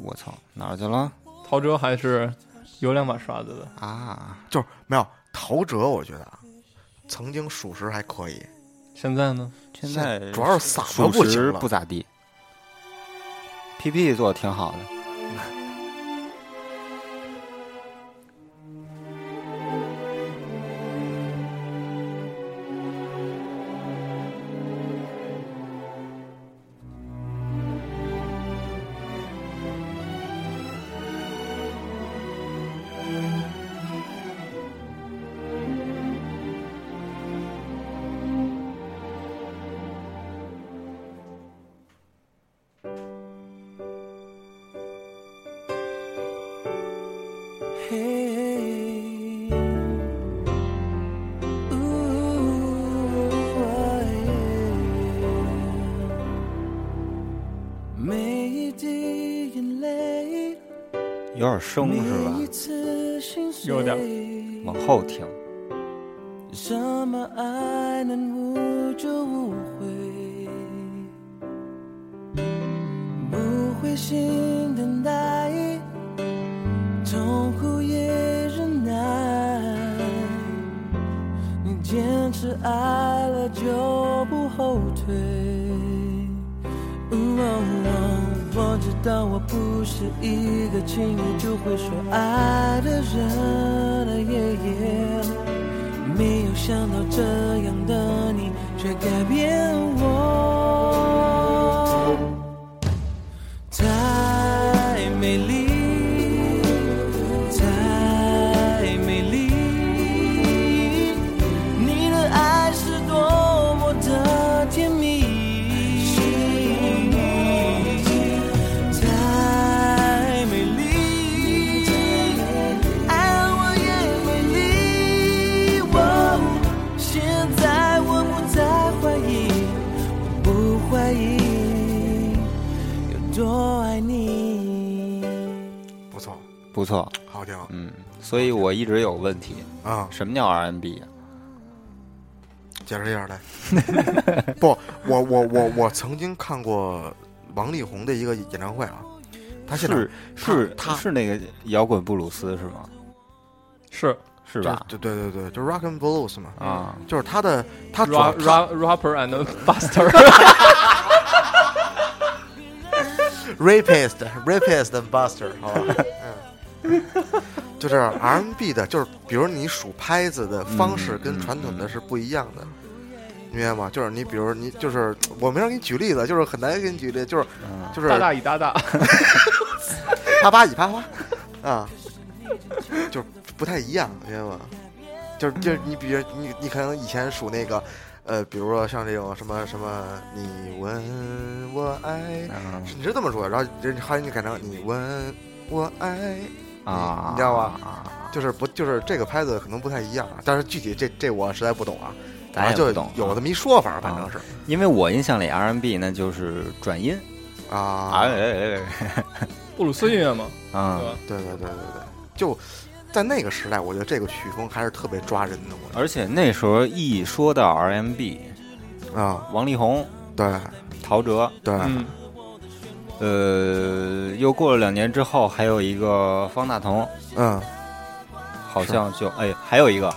Speaker 2: 我操，哪儿去了
Speaker 3: 陶喆还是有两把刷子的。
Speaker 2: 啊？
Speaker 4: 就是没有陶喆，我觉得啊，曾经属实还可以，
Speaker 3: 现在呢？
Speaker 2: 现在
Speaker 4: 主要是嗓子
Speaker 2: 属
Speaker 4: 不
Speaker 2: 实
Speaker 4: 行了
Speaker 2: 不咋地。P P 做的挺好的，
Speaker 1: Hey, ooh, I am 每一滴眼泪，
Speaker 2: 有点生是吧
Speaker 1: 每一？次心碎，
Speaker 3: 有点
Speaker 2: 往后听，
Speaker 1: 什么爱能无就无悔？不灰心等待，痛苦也忍耐。你坚持爱了就不后退。嗯哦哦我知道我不是一个轻易就会说爱的人啊，耶耶。没有想到这样的你却改变我，太美丽，太美丽，你的爱是多么的甜蜜，太美丽，爱我也美丽。哦现在我不再怀疑，我不怀疑有多爱你。
Speaker 4: 不错，
Speaker 2: 不错，
Speaker 4: 好听
Speaker 2: 嗯。所以我一直有问题，
Speaker 4: 啊。
Speaker 2: 什么叫 R&B？
Speaker 4: 解释一下来。 不，我我我我曾经看过王力宏的一个演唱会啊，他现在
Speaker 2: 是是
Speaker 4: 他
Speaker 2: 是那个摇滚布鲁斯是啊吗？
Speaker 3: 是
Speaker 2: 是吧？
Speaker 4: 对对对对，就是 rock and blues 嘛，
Speaker 2: 啊，
Speaker 4: 就是他的他主要
Speaker 3: rap
Speaker 4: 他
Speaker 3: rapper and buster，
Speaker 4: rapist rapist and buster 好吧，嗯， 就是 R&B 的，就是比如你数拍子的方
Speaker 2: 嗯
Speaker 4: 式跟传统的是不一样的。明白吗？就是你，比如你，就是我没让你举例子，就是很难给你举例，就是
Speaker 2: 嗯
Speaker 4: 就是
Speaker 3: 大大以大大，
Speaker 4: 啪啪一啪 啪，啊，就是不太一样，明白吗？
Speaker 2: 嗯
Speaker 4: 就是就是你比如你你可能以前数那个，呃，比如说像这种什么什么，你吻我爱，
Speaker 2: 嗯
Speaker 4: 是你是这么说，然后人后来你改成你吻我爱，
Speaker 2: 啊，
Speaker 4: 你知道吗？就是不就是这个拍子可能不太一样，啊但是具体这这我实在不懂啊，
Speaker 2: 咱
Speaker 4: 反
Speaker 2: 也
Speaker 4: 正
Speaker 2: 不
Speaker 4: 就
Speaker 2: 懂啊
Speaker 4: 有这么一说法，反正是
Speaker 2: 因为我印象里 R&B 那就是转音，哎
Speaker 4: 啊，
Speaker 2: 哎哎
Speaker 3: 布鲁斯音乐嘛，
Speaker 2: 哎，啊
Speaker 3: 对，
Speaker 4: 对对对对对，就在那个时代，我觉得这个曲风还是特别抓人的，我觉
Speaker 2: 而且那时候一说到 R&B，
Speaker 4: 得啊，
Speaker 2: 王力宏、
Speaker 4: 对。
Speaker 2: 陶喆，
Speaker 4: 对，
Speaker 3: 嗯，
Speaker 2: 呃，又过了两年之后，还有一个方大同，
Speaker 4: 嗯
Speaker 2: 好像就哎，还有一个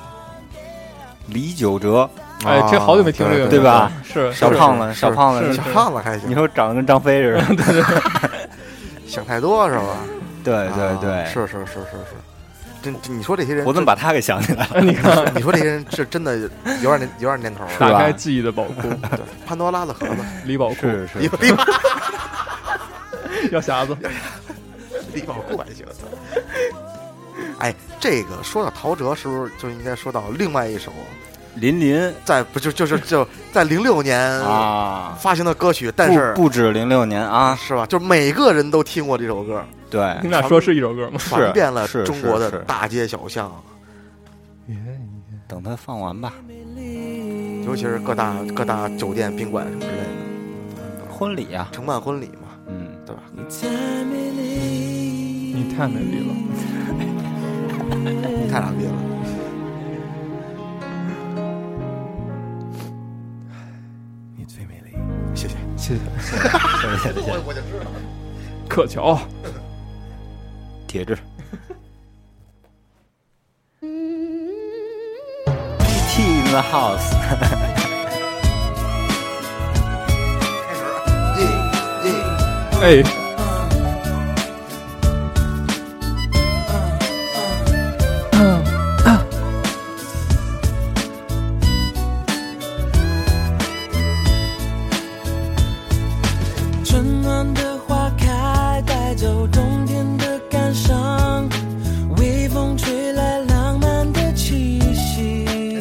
Speaker 2: 李玖哲，
Speaker 3: 哎，这好久没听
Speaker 4: 啊
Speaker 3: 这个，
Speaker 2: 对吧？
Speaker 3: 是
Speaker 2: 小胖子，
Speaker 4: 是
Speaker 2: 小胖子
Speaker 3: 是
Speaker 4: 小，胖子还
Speaker 2: 你
Speaker 4: 行，
Speaker 2: 说长得跟张飞似的，
Speaker 4: 想太多是吧？
Speaker 2: 对对
Speaker 4: 啊
Speaker 2: 对，
Speaker 4: 是是是是是，真真你说这些人，
Speaker 2: 我怎么把他给想起来了？
Speaker 3: 你看，
Speaker 4: 你说这些人是真的有点年有点年头了，
Speaker 3: 打开记忆的宝库，
Speaker 4: 对，潘多拉的盒子，
Speaker 3: 李宝库，
Speaker 2: 是是
Speaker 4: 李李
Speaker 3: 药 匣子，
Speaker 4: 李宝库还行。哎，这个说到陶喆，是不是就应该说到另外一首
Speaker 2: 林林
Speaker 4: 在不就就是就在零六年
Speaker 2: 啊
Speaker 4: 发行的歌曲，但是
Speaker 2: 不不止零六年啊，
Speaker 4: 是吧？就每个人都听过这首歌，
Speaker 2: 对，
Speaker 3: 你俩说是一首歌吗？
Speaker 4: 传遍了
Speaker 2: 是是
Speaker 4: 中国
Speaker 2: 是
Speaker 4: 的大街小巷，
Speaker 2: 等他放完吧。
Speaker 4: 尤其是各大各大酒店、宾馆什么之类的，
Speaker 2: 婚礼啊呀、
Speaker 4: 承办婚礼嘛，
Speaker 2: 嗯，
Speaker 4: 对吧？
Speaker 3: 你太美丽了，
Speaker 4: 你太傻逼了。
Speaker 9: 你最美丽。
Speaker 4: 谢谢。
Speaker 3: 谢谢
Speaker 2: 谢谢谢谢，
Speaker 4: 我就知道，
Speaker 3: 可乔。
Speaker 2: 铁志。T in the house，
Speaker 4: 开始了，耶耶，
Speaker 3: 哎，
Speaker 1: 春暖的花开，带走冬天的感伤。微风吹来浪漫的气息，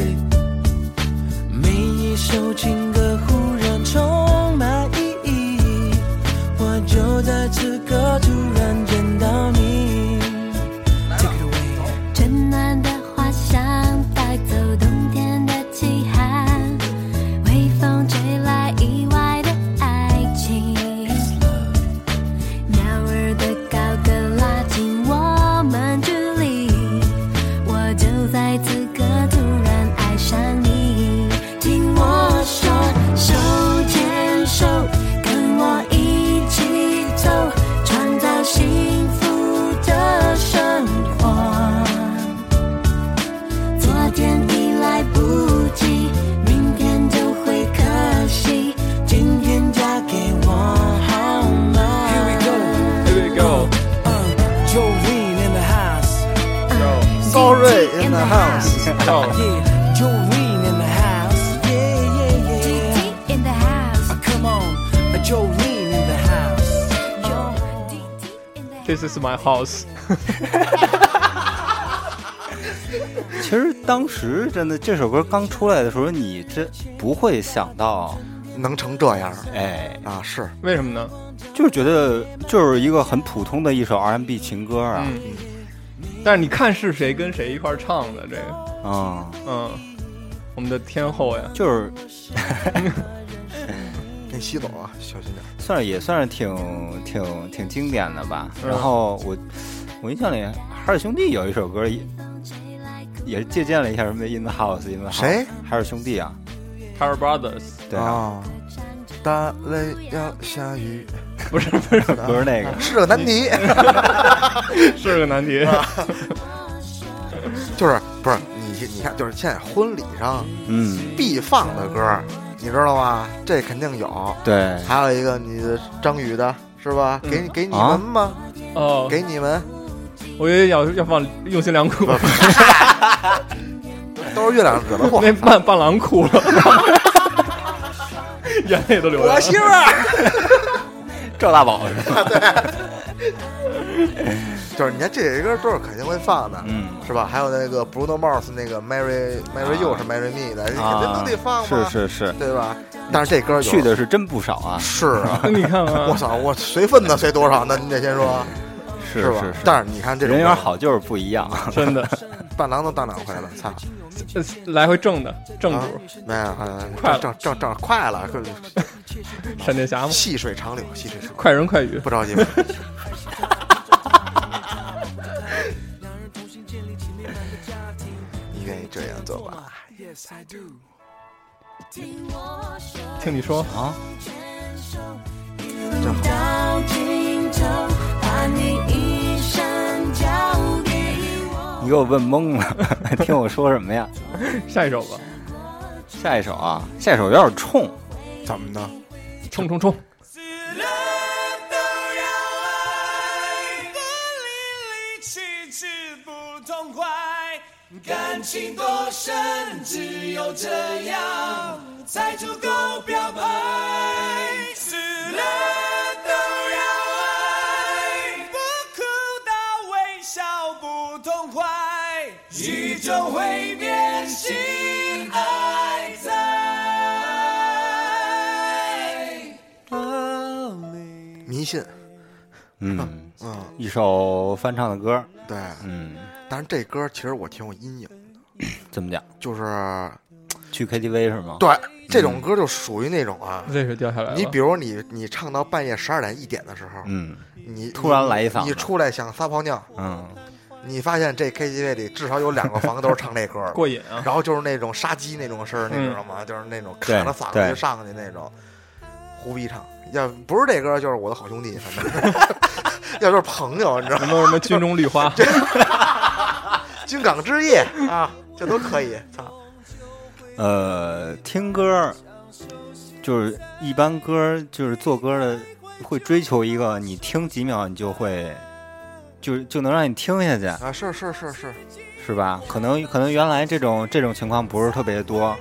Speaker 1: 每一首情歌忽然充满意义。我就在此刻突然见到你。
Speaker 5: 春暖的花香带走冬天的凄寒，微风吹来意外的爱情，鸟儿的高歌拉近我们距离，我就在此刻突然爱上你。听我说，手牵手，跟我一起走，创造幸福的生活。昨天已来不及，明天就会可惜。今天嫁给我好吗
Speaker 3: Here we go，
Speaker 1: Jolene in the house.
Speaker 4: Sorry in the house。
Speaker 1: Yeah, Jolene in the house. Yeah, yeah, yeah.
Speaker 5: in the house.
Speaker 1: Uh, come on, uh, Jolene in the house.
Speaker 3: This is my house。
Speaker 2: 其实当时真的这首歌刚出来的时候，你真不会想到，
Speaker 4: 能成这样
Speaker 2: 哎，
Speaker 4: 啊？是，
Speaker 3: 为什么呢？
Speaker 2: 就是觉得就是一个很普通的一首 R&B 情歌啊，
Speaker 3: 嗯，但是你看是谁跟谁一块儿唱的这个，
Speaker 2: 嗯，
Speaker 3: 嗯，我们的天后呀，
Speaker 2: 就是
Speaker 4: 给你吸走啊，小心点。
Speaker 2: 算是也算是挺挺挺经典的吧。
Speaker 3: 嗯
Speaker 2: 然后我我印象里，海尔兄弟有一首歌也也是借鉴了一下什么 In the House，In the House，
Speaker 4: 谁？
Speaker 2: 海尔兄弟啊，
Speaker 3: t a r Brothers，
Speaker 2: 对啊，
Speaker 4: 啊，打雷要下雨，
Speaker 3: 不是不是，
Speaker 2: 不是那个，
Speaker 4: 是个难题。
Speaker 3: 是个难题。
Speaker 4: 就是不是你你看，就是现在婚礼上
Speaker 2: 嗯，
Speaker 4: 必放的歌，你知道吗？这肯定有。
Speaker 2: 对，
Speaker 4: 还有一个你的张宇的是吧？
Speaker 3: 嗯
Speaker 4: 给你给你
Speaker 2: 啊
Speaker 4: 们吗？
Speaker 3: 哦，
Speaker 4: 给你们，
Speaker 3: 我以为要要放用心良
Speaker 2: 啊
Speaker 3: 苦，
Speaker 4: 都是月亮惹的祸。
Speaker 3: 那伴伴郎哭了， 眼泪都流下来
Speaker 4: 我
Speaker 3: 了。
Speaker 4: 媳妇儿
Speaker 2: 赵大宝是吧？
Speaker 4: 就是你看这些歌都是肯定会放的，
Speaker 2: 嗯，
Speaker 4: 是吧？还有那个 Bruno Mars 那个 Mary Mary You 是 Mary Me 的，你肯定都得放
Speaker 2: 是
Speaker 4: 嘛，
Speaker 2: 啊是是，
Speaker 4: 对吧？但是这歌有
Speaker 2: 去的是真不少啊，
Speaker 4: 是啊
Speaker 3: ，你看
Speaker 4: 我
Speaker 3: 啊，
Speaker 4: 操，我随份子随多少呢？你得先说，
Speaker 2: 嗯是
Speaker 4: 吧
Speaker 2: 是是？，
Speaker 4: 但是你看这种
Speaker 2: 人缘，好就是不一样，
Speaker 3: 真的，
Speaker 4: 伴郎都当两回了，操！
Speaker 3: 呃来回正的正
Speaker 4: 啊
Speaker 2: 嗯
Speaker 3: 主，
Speaker 4: 没有，啊
Speaker 3: 快了
Speaker 4: 正正正快了，可
Speaker 3: 闪电侠嘛，
Speaker 4: 细水长流，细水长流，
Speaker 3: 快人快语，
Speaker 4: 不着急。你愿意这样做吧？
Speaker 3: 听你说啊，
Speaker 4: 真好。
Speaker 5: 到尽头，把你一生交给我。
Speaker 2: 你给我问懵了， 听我说什么呀？
Speaker 3: 下一首吧，
Speaker 2: 下一首啊，下一首有点冲，
Speaker 4: 怎么呢？
Speaker 3: 冲冲冲，
Speaker 10: 不痛快，宇宙会变心爱。
Speaker 4: 信，
Speaker 2: 嗯
Speaker 4: 嗯，
Speaker 2: 一首翻唱的歌，
Speaker 4: 对，
Speaker 2: 嗯，
Speaker 4: 但是这歌其实我挺有阴影，
Speaker 2: 怎么讲？
Speaker 4: 就是
Speaker 2: 哦去 KTV 是吗？
Speaker 4: 对这种歌就属于那种啊，
Speaker 2: 嗯
Speaker 3: 泪水掉下来了。
Speaker 4: 你比如你你唱到半夜十二点一点的时候，
Speaker 2: 嗯，
Speaker 4: 你
Speaker 2: 突然来一嗓
Speaker 4: 你
Speaker 2: 子
Speaker 4: 出来想撒泡尿，
Speaker 2: 嗯，
Speaker 4: 你发现这 KTV 里至少有两个房都是唱这 歌的，
Speaker 3: 过瘾啊
Speaker 4: 然后就是那种杀鸡那种声儿，你
Speaker 3: 嗯
Speaker 4: 知道吗？就是那种
Speaker 2: 对
Speaker 4: 卡着嗓子
Speaker 2: 对
Speaker 4: 就上去那种，胡逼唱。要不是这歌，就是我的好兄弟什么 的，要就是朋友，你知道
Speaker 3: 什
Speaker 4: 吗？
Speaker 3: 么什么军中绿花，
Speaker 4: 军港之夜啊，这都可以。操，
Speaker 2: 呃，听歌就是一般歌，就是做歌的会追求一个，你听几秒你就会，就就能让你听下去，
Speaker 4: 啊，是是是是，
Speaker 2: 是吧？可能可能原来这种这种情况不是特别多，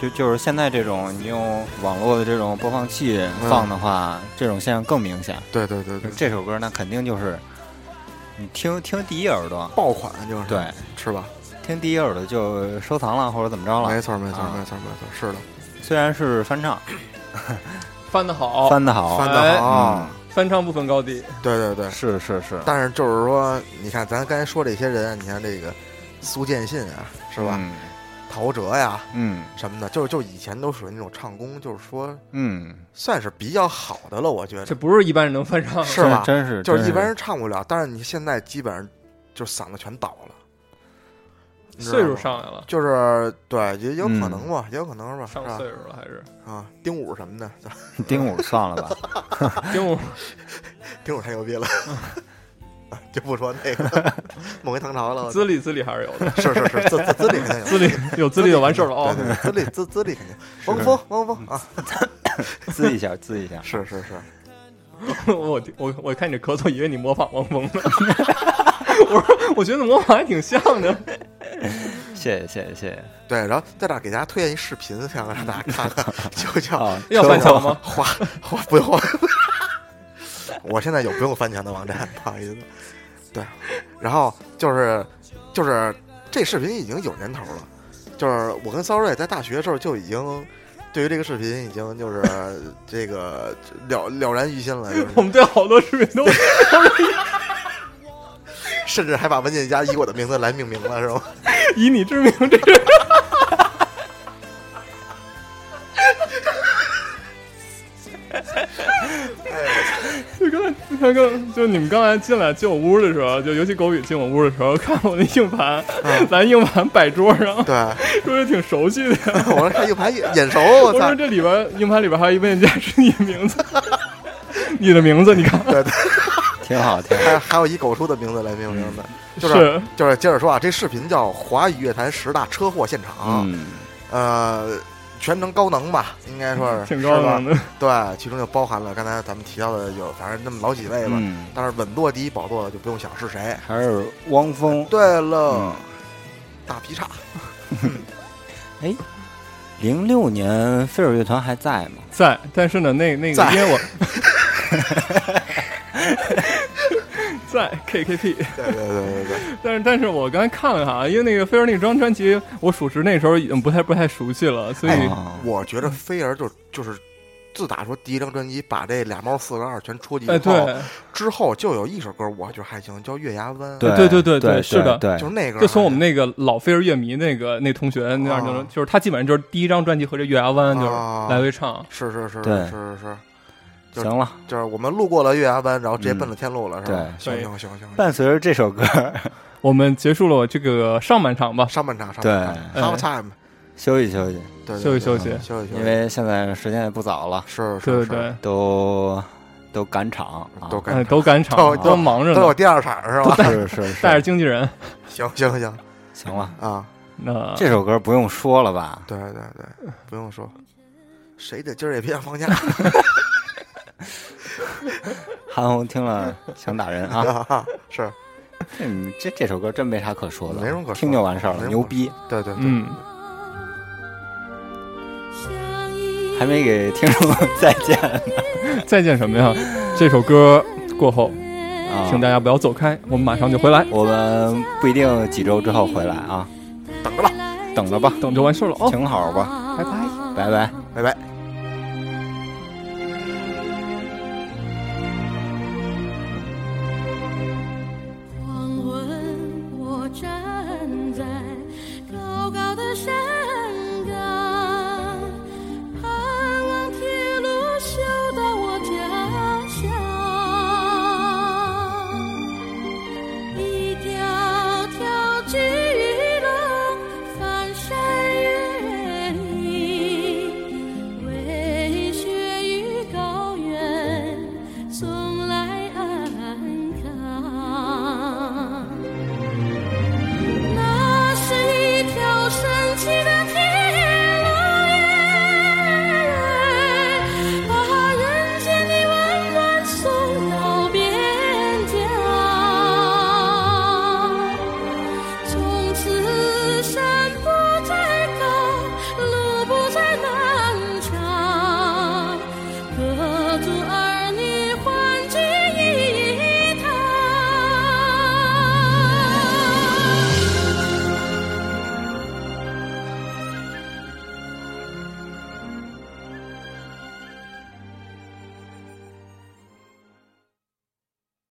Speaker 2: 就就是现在这种你用网络的这种播放器放的话，
Speaker 4: 嗯
Speaker 2: 这种现象更明显。
Speaker 4: 对对对对，
Speaker 2: 这首歌那肯定就是你听听第一耳朵，
Speaker 4: 爆款就是，
Speaker 2: 对，
Speaker 4: 是吧？
Speaker 2: 听第一耳朵就收藏了或者怎么着了。
Speaker 4: 没错没错
Speaker 2: 啊
Speaker 4: 没错没错，是的，
Speaker 2: 虽然是翻唱，
Speaker 3: 翻得好，
Speaker 2: 翻的好，嗯
Speaker 4: 哦翻的好，啊
Speaker 3: 翻唱不分高低，
Speaker 4: 对对对。
Speaker 2: 是是是，
Speaker 4: 但是就是说，你看咱刚才说这些人，你看这个苏建信啊，是吧？
Speaker 2: 嗯
Speaker 4: 陶喆呀
Speaker 2: 嗯
Speaker 4: 什么的，就是就以前都属于那种唱功，就是说
Speaker 2: 嗯，
Speaker 4: 算是比较好的了，我觉
Speaker 3: 这
Speaker 4: 得
Speaker 3: 不是一般人能翻唱的。
Speaker 4: 是吧？
Speaker 2: 真是
Speaker 4: 就是一般
Speaker 2: 真
Speaker 4: 人唱不了，但是你现在基本上就嗓子全倒了，你知道
Speaker 3: 岁数
Speaker 4: 吗
Speaker 3: 上来了，
Speaker 4: 就是对，也有可能
Speaker 2: 嗯
Speaker 4: 吧，也有可能吧，是
Speaker 3: 上
Speaker 4: 吧
Speaker 3: 岁？数了还是？
Speaker 4: 啊，丁武什么的，
Speaker 2: 是丁武算了吧，
Speaker 3: 丁武
Speaker 4: 丁武太牛逼了，
Speaker 3: 嗯
Speaker 4: 就不说 那个梦回唐朝了，
Speaker 3: 资历资历还是有的，
Speaker 4: 是是是，资资 资历肯定有，
Speaker 3: 资历有资历就完事儿了
Speaker 4: 对
Speaker 3: 哦。
Speaker 4: 对，对资历资资历肯定，汪峰汪峰啊，
Speaker 2: 滋一下滋一下，
Speaker 4: 是是 是，
Speaker 3: 我我我看你这咳嗽，以为你模仿汪峰呢。 我说，我觉得模仿还挺像的。
Speaker 2: 谢谢谢谢谢谢，
Speaker 4: 对，然后在这儿给大家推荐一视频，想让大家看 看，就叫
Speaker 2: 啊
Speaker 3: 哦要翻墙吗？
Speaker 4: 花花 不用。我现在有不用翻墙的网站，不好意思。对，然后就是就是这视频已经有年头了，就是我跟骚瑞在大学的时候就已经对于这个视频已经就是这个了了然于心了，就是
Speaker 3: 我们对好多视频都
Speaker 4: 甚至还把文件夹以我的名字来命名了，是吗？
Speaker 3: 以你之名，这是就刚才刚刚就你们刚才进来进我屋的时候，就尤其狗语进我屋的时候，看我那硬盘，咱硬盘摆桌上，
Speaker 4: 对，
Speaker 3: 说是挺熟悉的。
Speaker 4: 我说看硬盘眼熟，
Speaker 3: 我
Speaker 4: 我操
Speaker 3: 说！这里边硬盘里边还有一文件夹是你的名 字，你的名字，你看，
Speaker 4: 对对。
Speaker 2: 挺好 挺好，
Speaker 4: 还还有以狗叔的名字来命名的，
Speaker 3: 嗯
Speaker 4: 就是就是接着说啊，这视频叫《华语乐坛十大车祸现场》，
Speaker 2: 嗯
Speaker 4: 呃，全程高能吧，应该说是
Speaker 3: 嗯挺高
Speaker 4: 是
Speaker 3: 冷
Speaker 4: 吧
Speaker 3: 的。
Speaker 4: 对，其中就包含了刚才咱们提到的有，反正那么老几位吧，
Speaker 2: 嗯，
Speaker 4: 但是稳坐第一宝座的就不用想是谁。
Speaker 2: 还是汪峰，
Speaker 4: 对了，
Speaker 2: 嗯，
Speaker 4: 大劈叉，
Speaker 2: 零六年飞儿乐团还在吗？
Speaker 3: 在，但是呢，那那个
Speaker 4: 在，
Speaker 3: 因为 我在 KKP，
Speaker 4: 对对对对对，
Speaker 3: 但是但是我刚才看了看啊，因为那个菲儿那张专辑，我属实那时候已经不太不太熟悉了，所以、
Speaker 2: 哦
Speaker 4: 我觉得飞儿就就是。自打说第一张专辑把这俩猫四个二全戳进
Speaker 3: 哎，
Speaker 4: 去
Speaker 3: 对
Speaker 4: 后，之后就有一首歌我觉得还行，叫《月牙湾》，
Speaker 2: 对
Speaker 3: 对对对
Speaker 2: 对
Speaker 3: 对是的
Speaker 2: 对，
Speaker 4: 就是那歌儿还行，
Speaker 3: 就从我们那个老菲儿乐迷那个那同学那样就能，
Speaker 4: 哦
Speaker 3: 就是他基本上就是第一张专辑和这《月牙湾》就是
Speaker 4: 哦
Speaker 3: 来回唱，
Speaker 4: 是是是
Speaker 2: 对
Speaker 4: 是是是，就
Speaker 2: 行了，
Speaker 4: 就是我们路过了月牙湾，然后直接
Speaker 2: 嗯
Speaker 4: 奔了天路了，是吧？
Speaker 3: 对
Speaker 4: 行行行行，
Speaker 2: 伴随着这首歌，
Speaker 3: 我们结束了这个上半场吧，
Speaker 4: 上半场上
Speaker 2: 对
Speaker 4: 半场 half time，
Speaker 2: 休息休息，
Speaker 4: 对，对
Speaker 3: 休息
Speaker 4: 对
Speaker 3: 休息
Speaker 4: 对，休息休息，
Speaker 2: 因为现在时间也不早了，
Speaker 4: 是
Speaker 3: 对对
Speaker 4: 是
Speaker 3: 对
Speaker 4: 是，。
Speaker 2: 都都赶场啊，
Speaker 4: 都赶
Speaker 3: 哎，都赶场，
Speaker 4: 都
Speaker 3: 忙着
Speaker 4: 都有
Speaker 3: 呢，
Speaker 4: 第二场是吧？
Speaker 2: 是是
Speaker 3: 带着
Speaker 2: 是，
Speaker 3: 经纪人。
Speaker 4: 行行行
Speaker 2: 行了，
Speaker 4: 啊，
Speaker 3: 那
Speaker 2: 这首歌不用说了吧？
Speaker 4: 对对对，不用说，谁的今儿也别 想放假
Speaker 2: 韩红听了想打人啊！
Speaker 4: 啊！是，
Speaker 2: 嗯，这这首歌真没啥可说的，
Speaker 4: 没什么可说的
Speaker 2: 听就完事儿了，
Speaker 4: 没什么可
Speaker 2: 牛逼！
Speaker 4: 对对对，
Speaker 3: 嗯，
Speaker 2: 还没给听众 再见
Speaker 3: 再见什么呀？这首歌过后，
Speaker 2: 啊！
Speaker 3: 请大家不要走开，我们马上就回来，
Speaker 2: 我们不一定几周之后回来啊，
Speaker 4: 等着吧，
Speaker 2: 等着吧，
Speaker 3: 等着完事儿了哦。
Speaker 2: 挺好吧，
Speaker 3: 拜拜。
Speaker 2: 拜拜。
Speaker 4: 拜拜。
Speaker 8: 我
Speaker 5: 在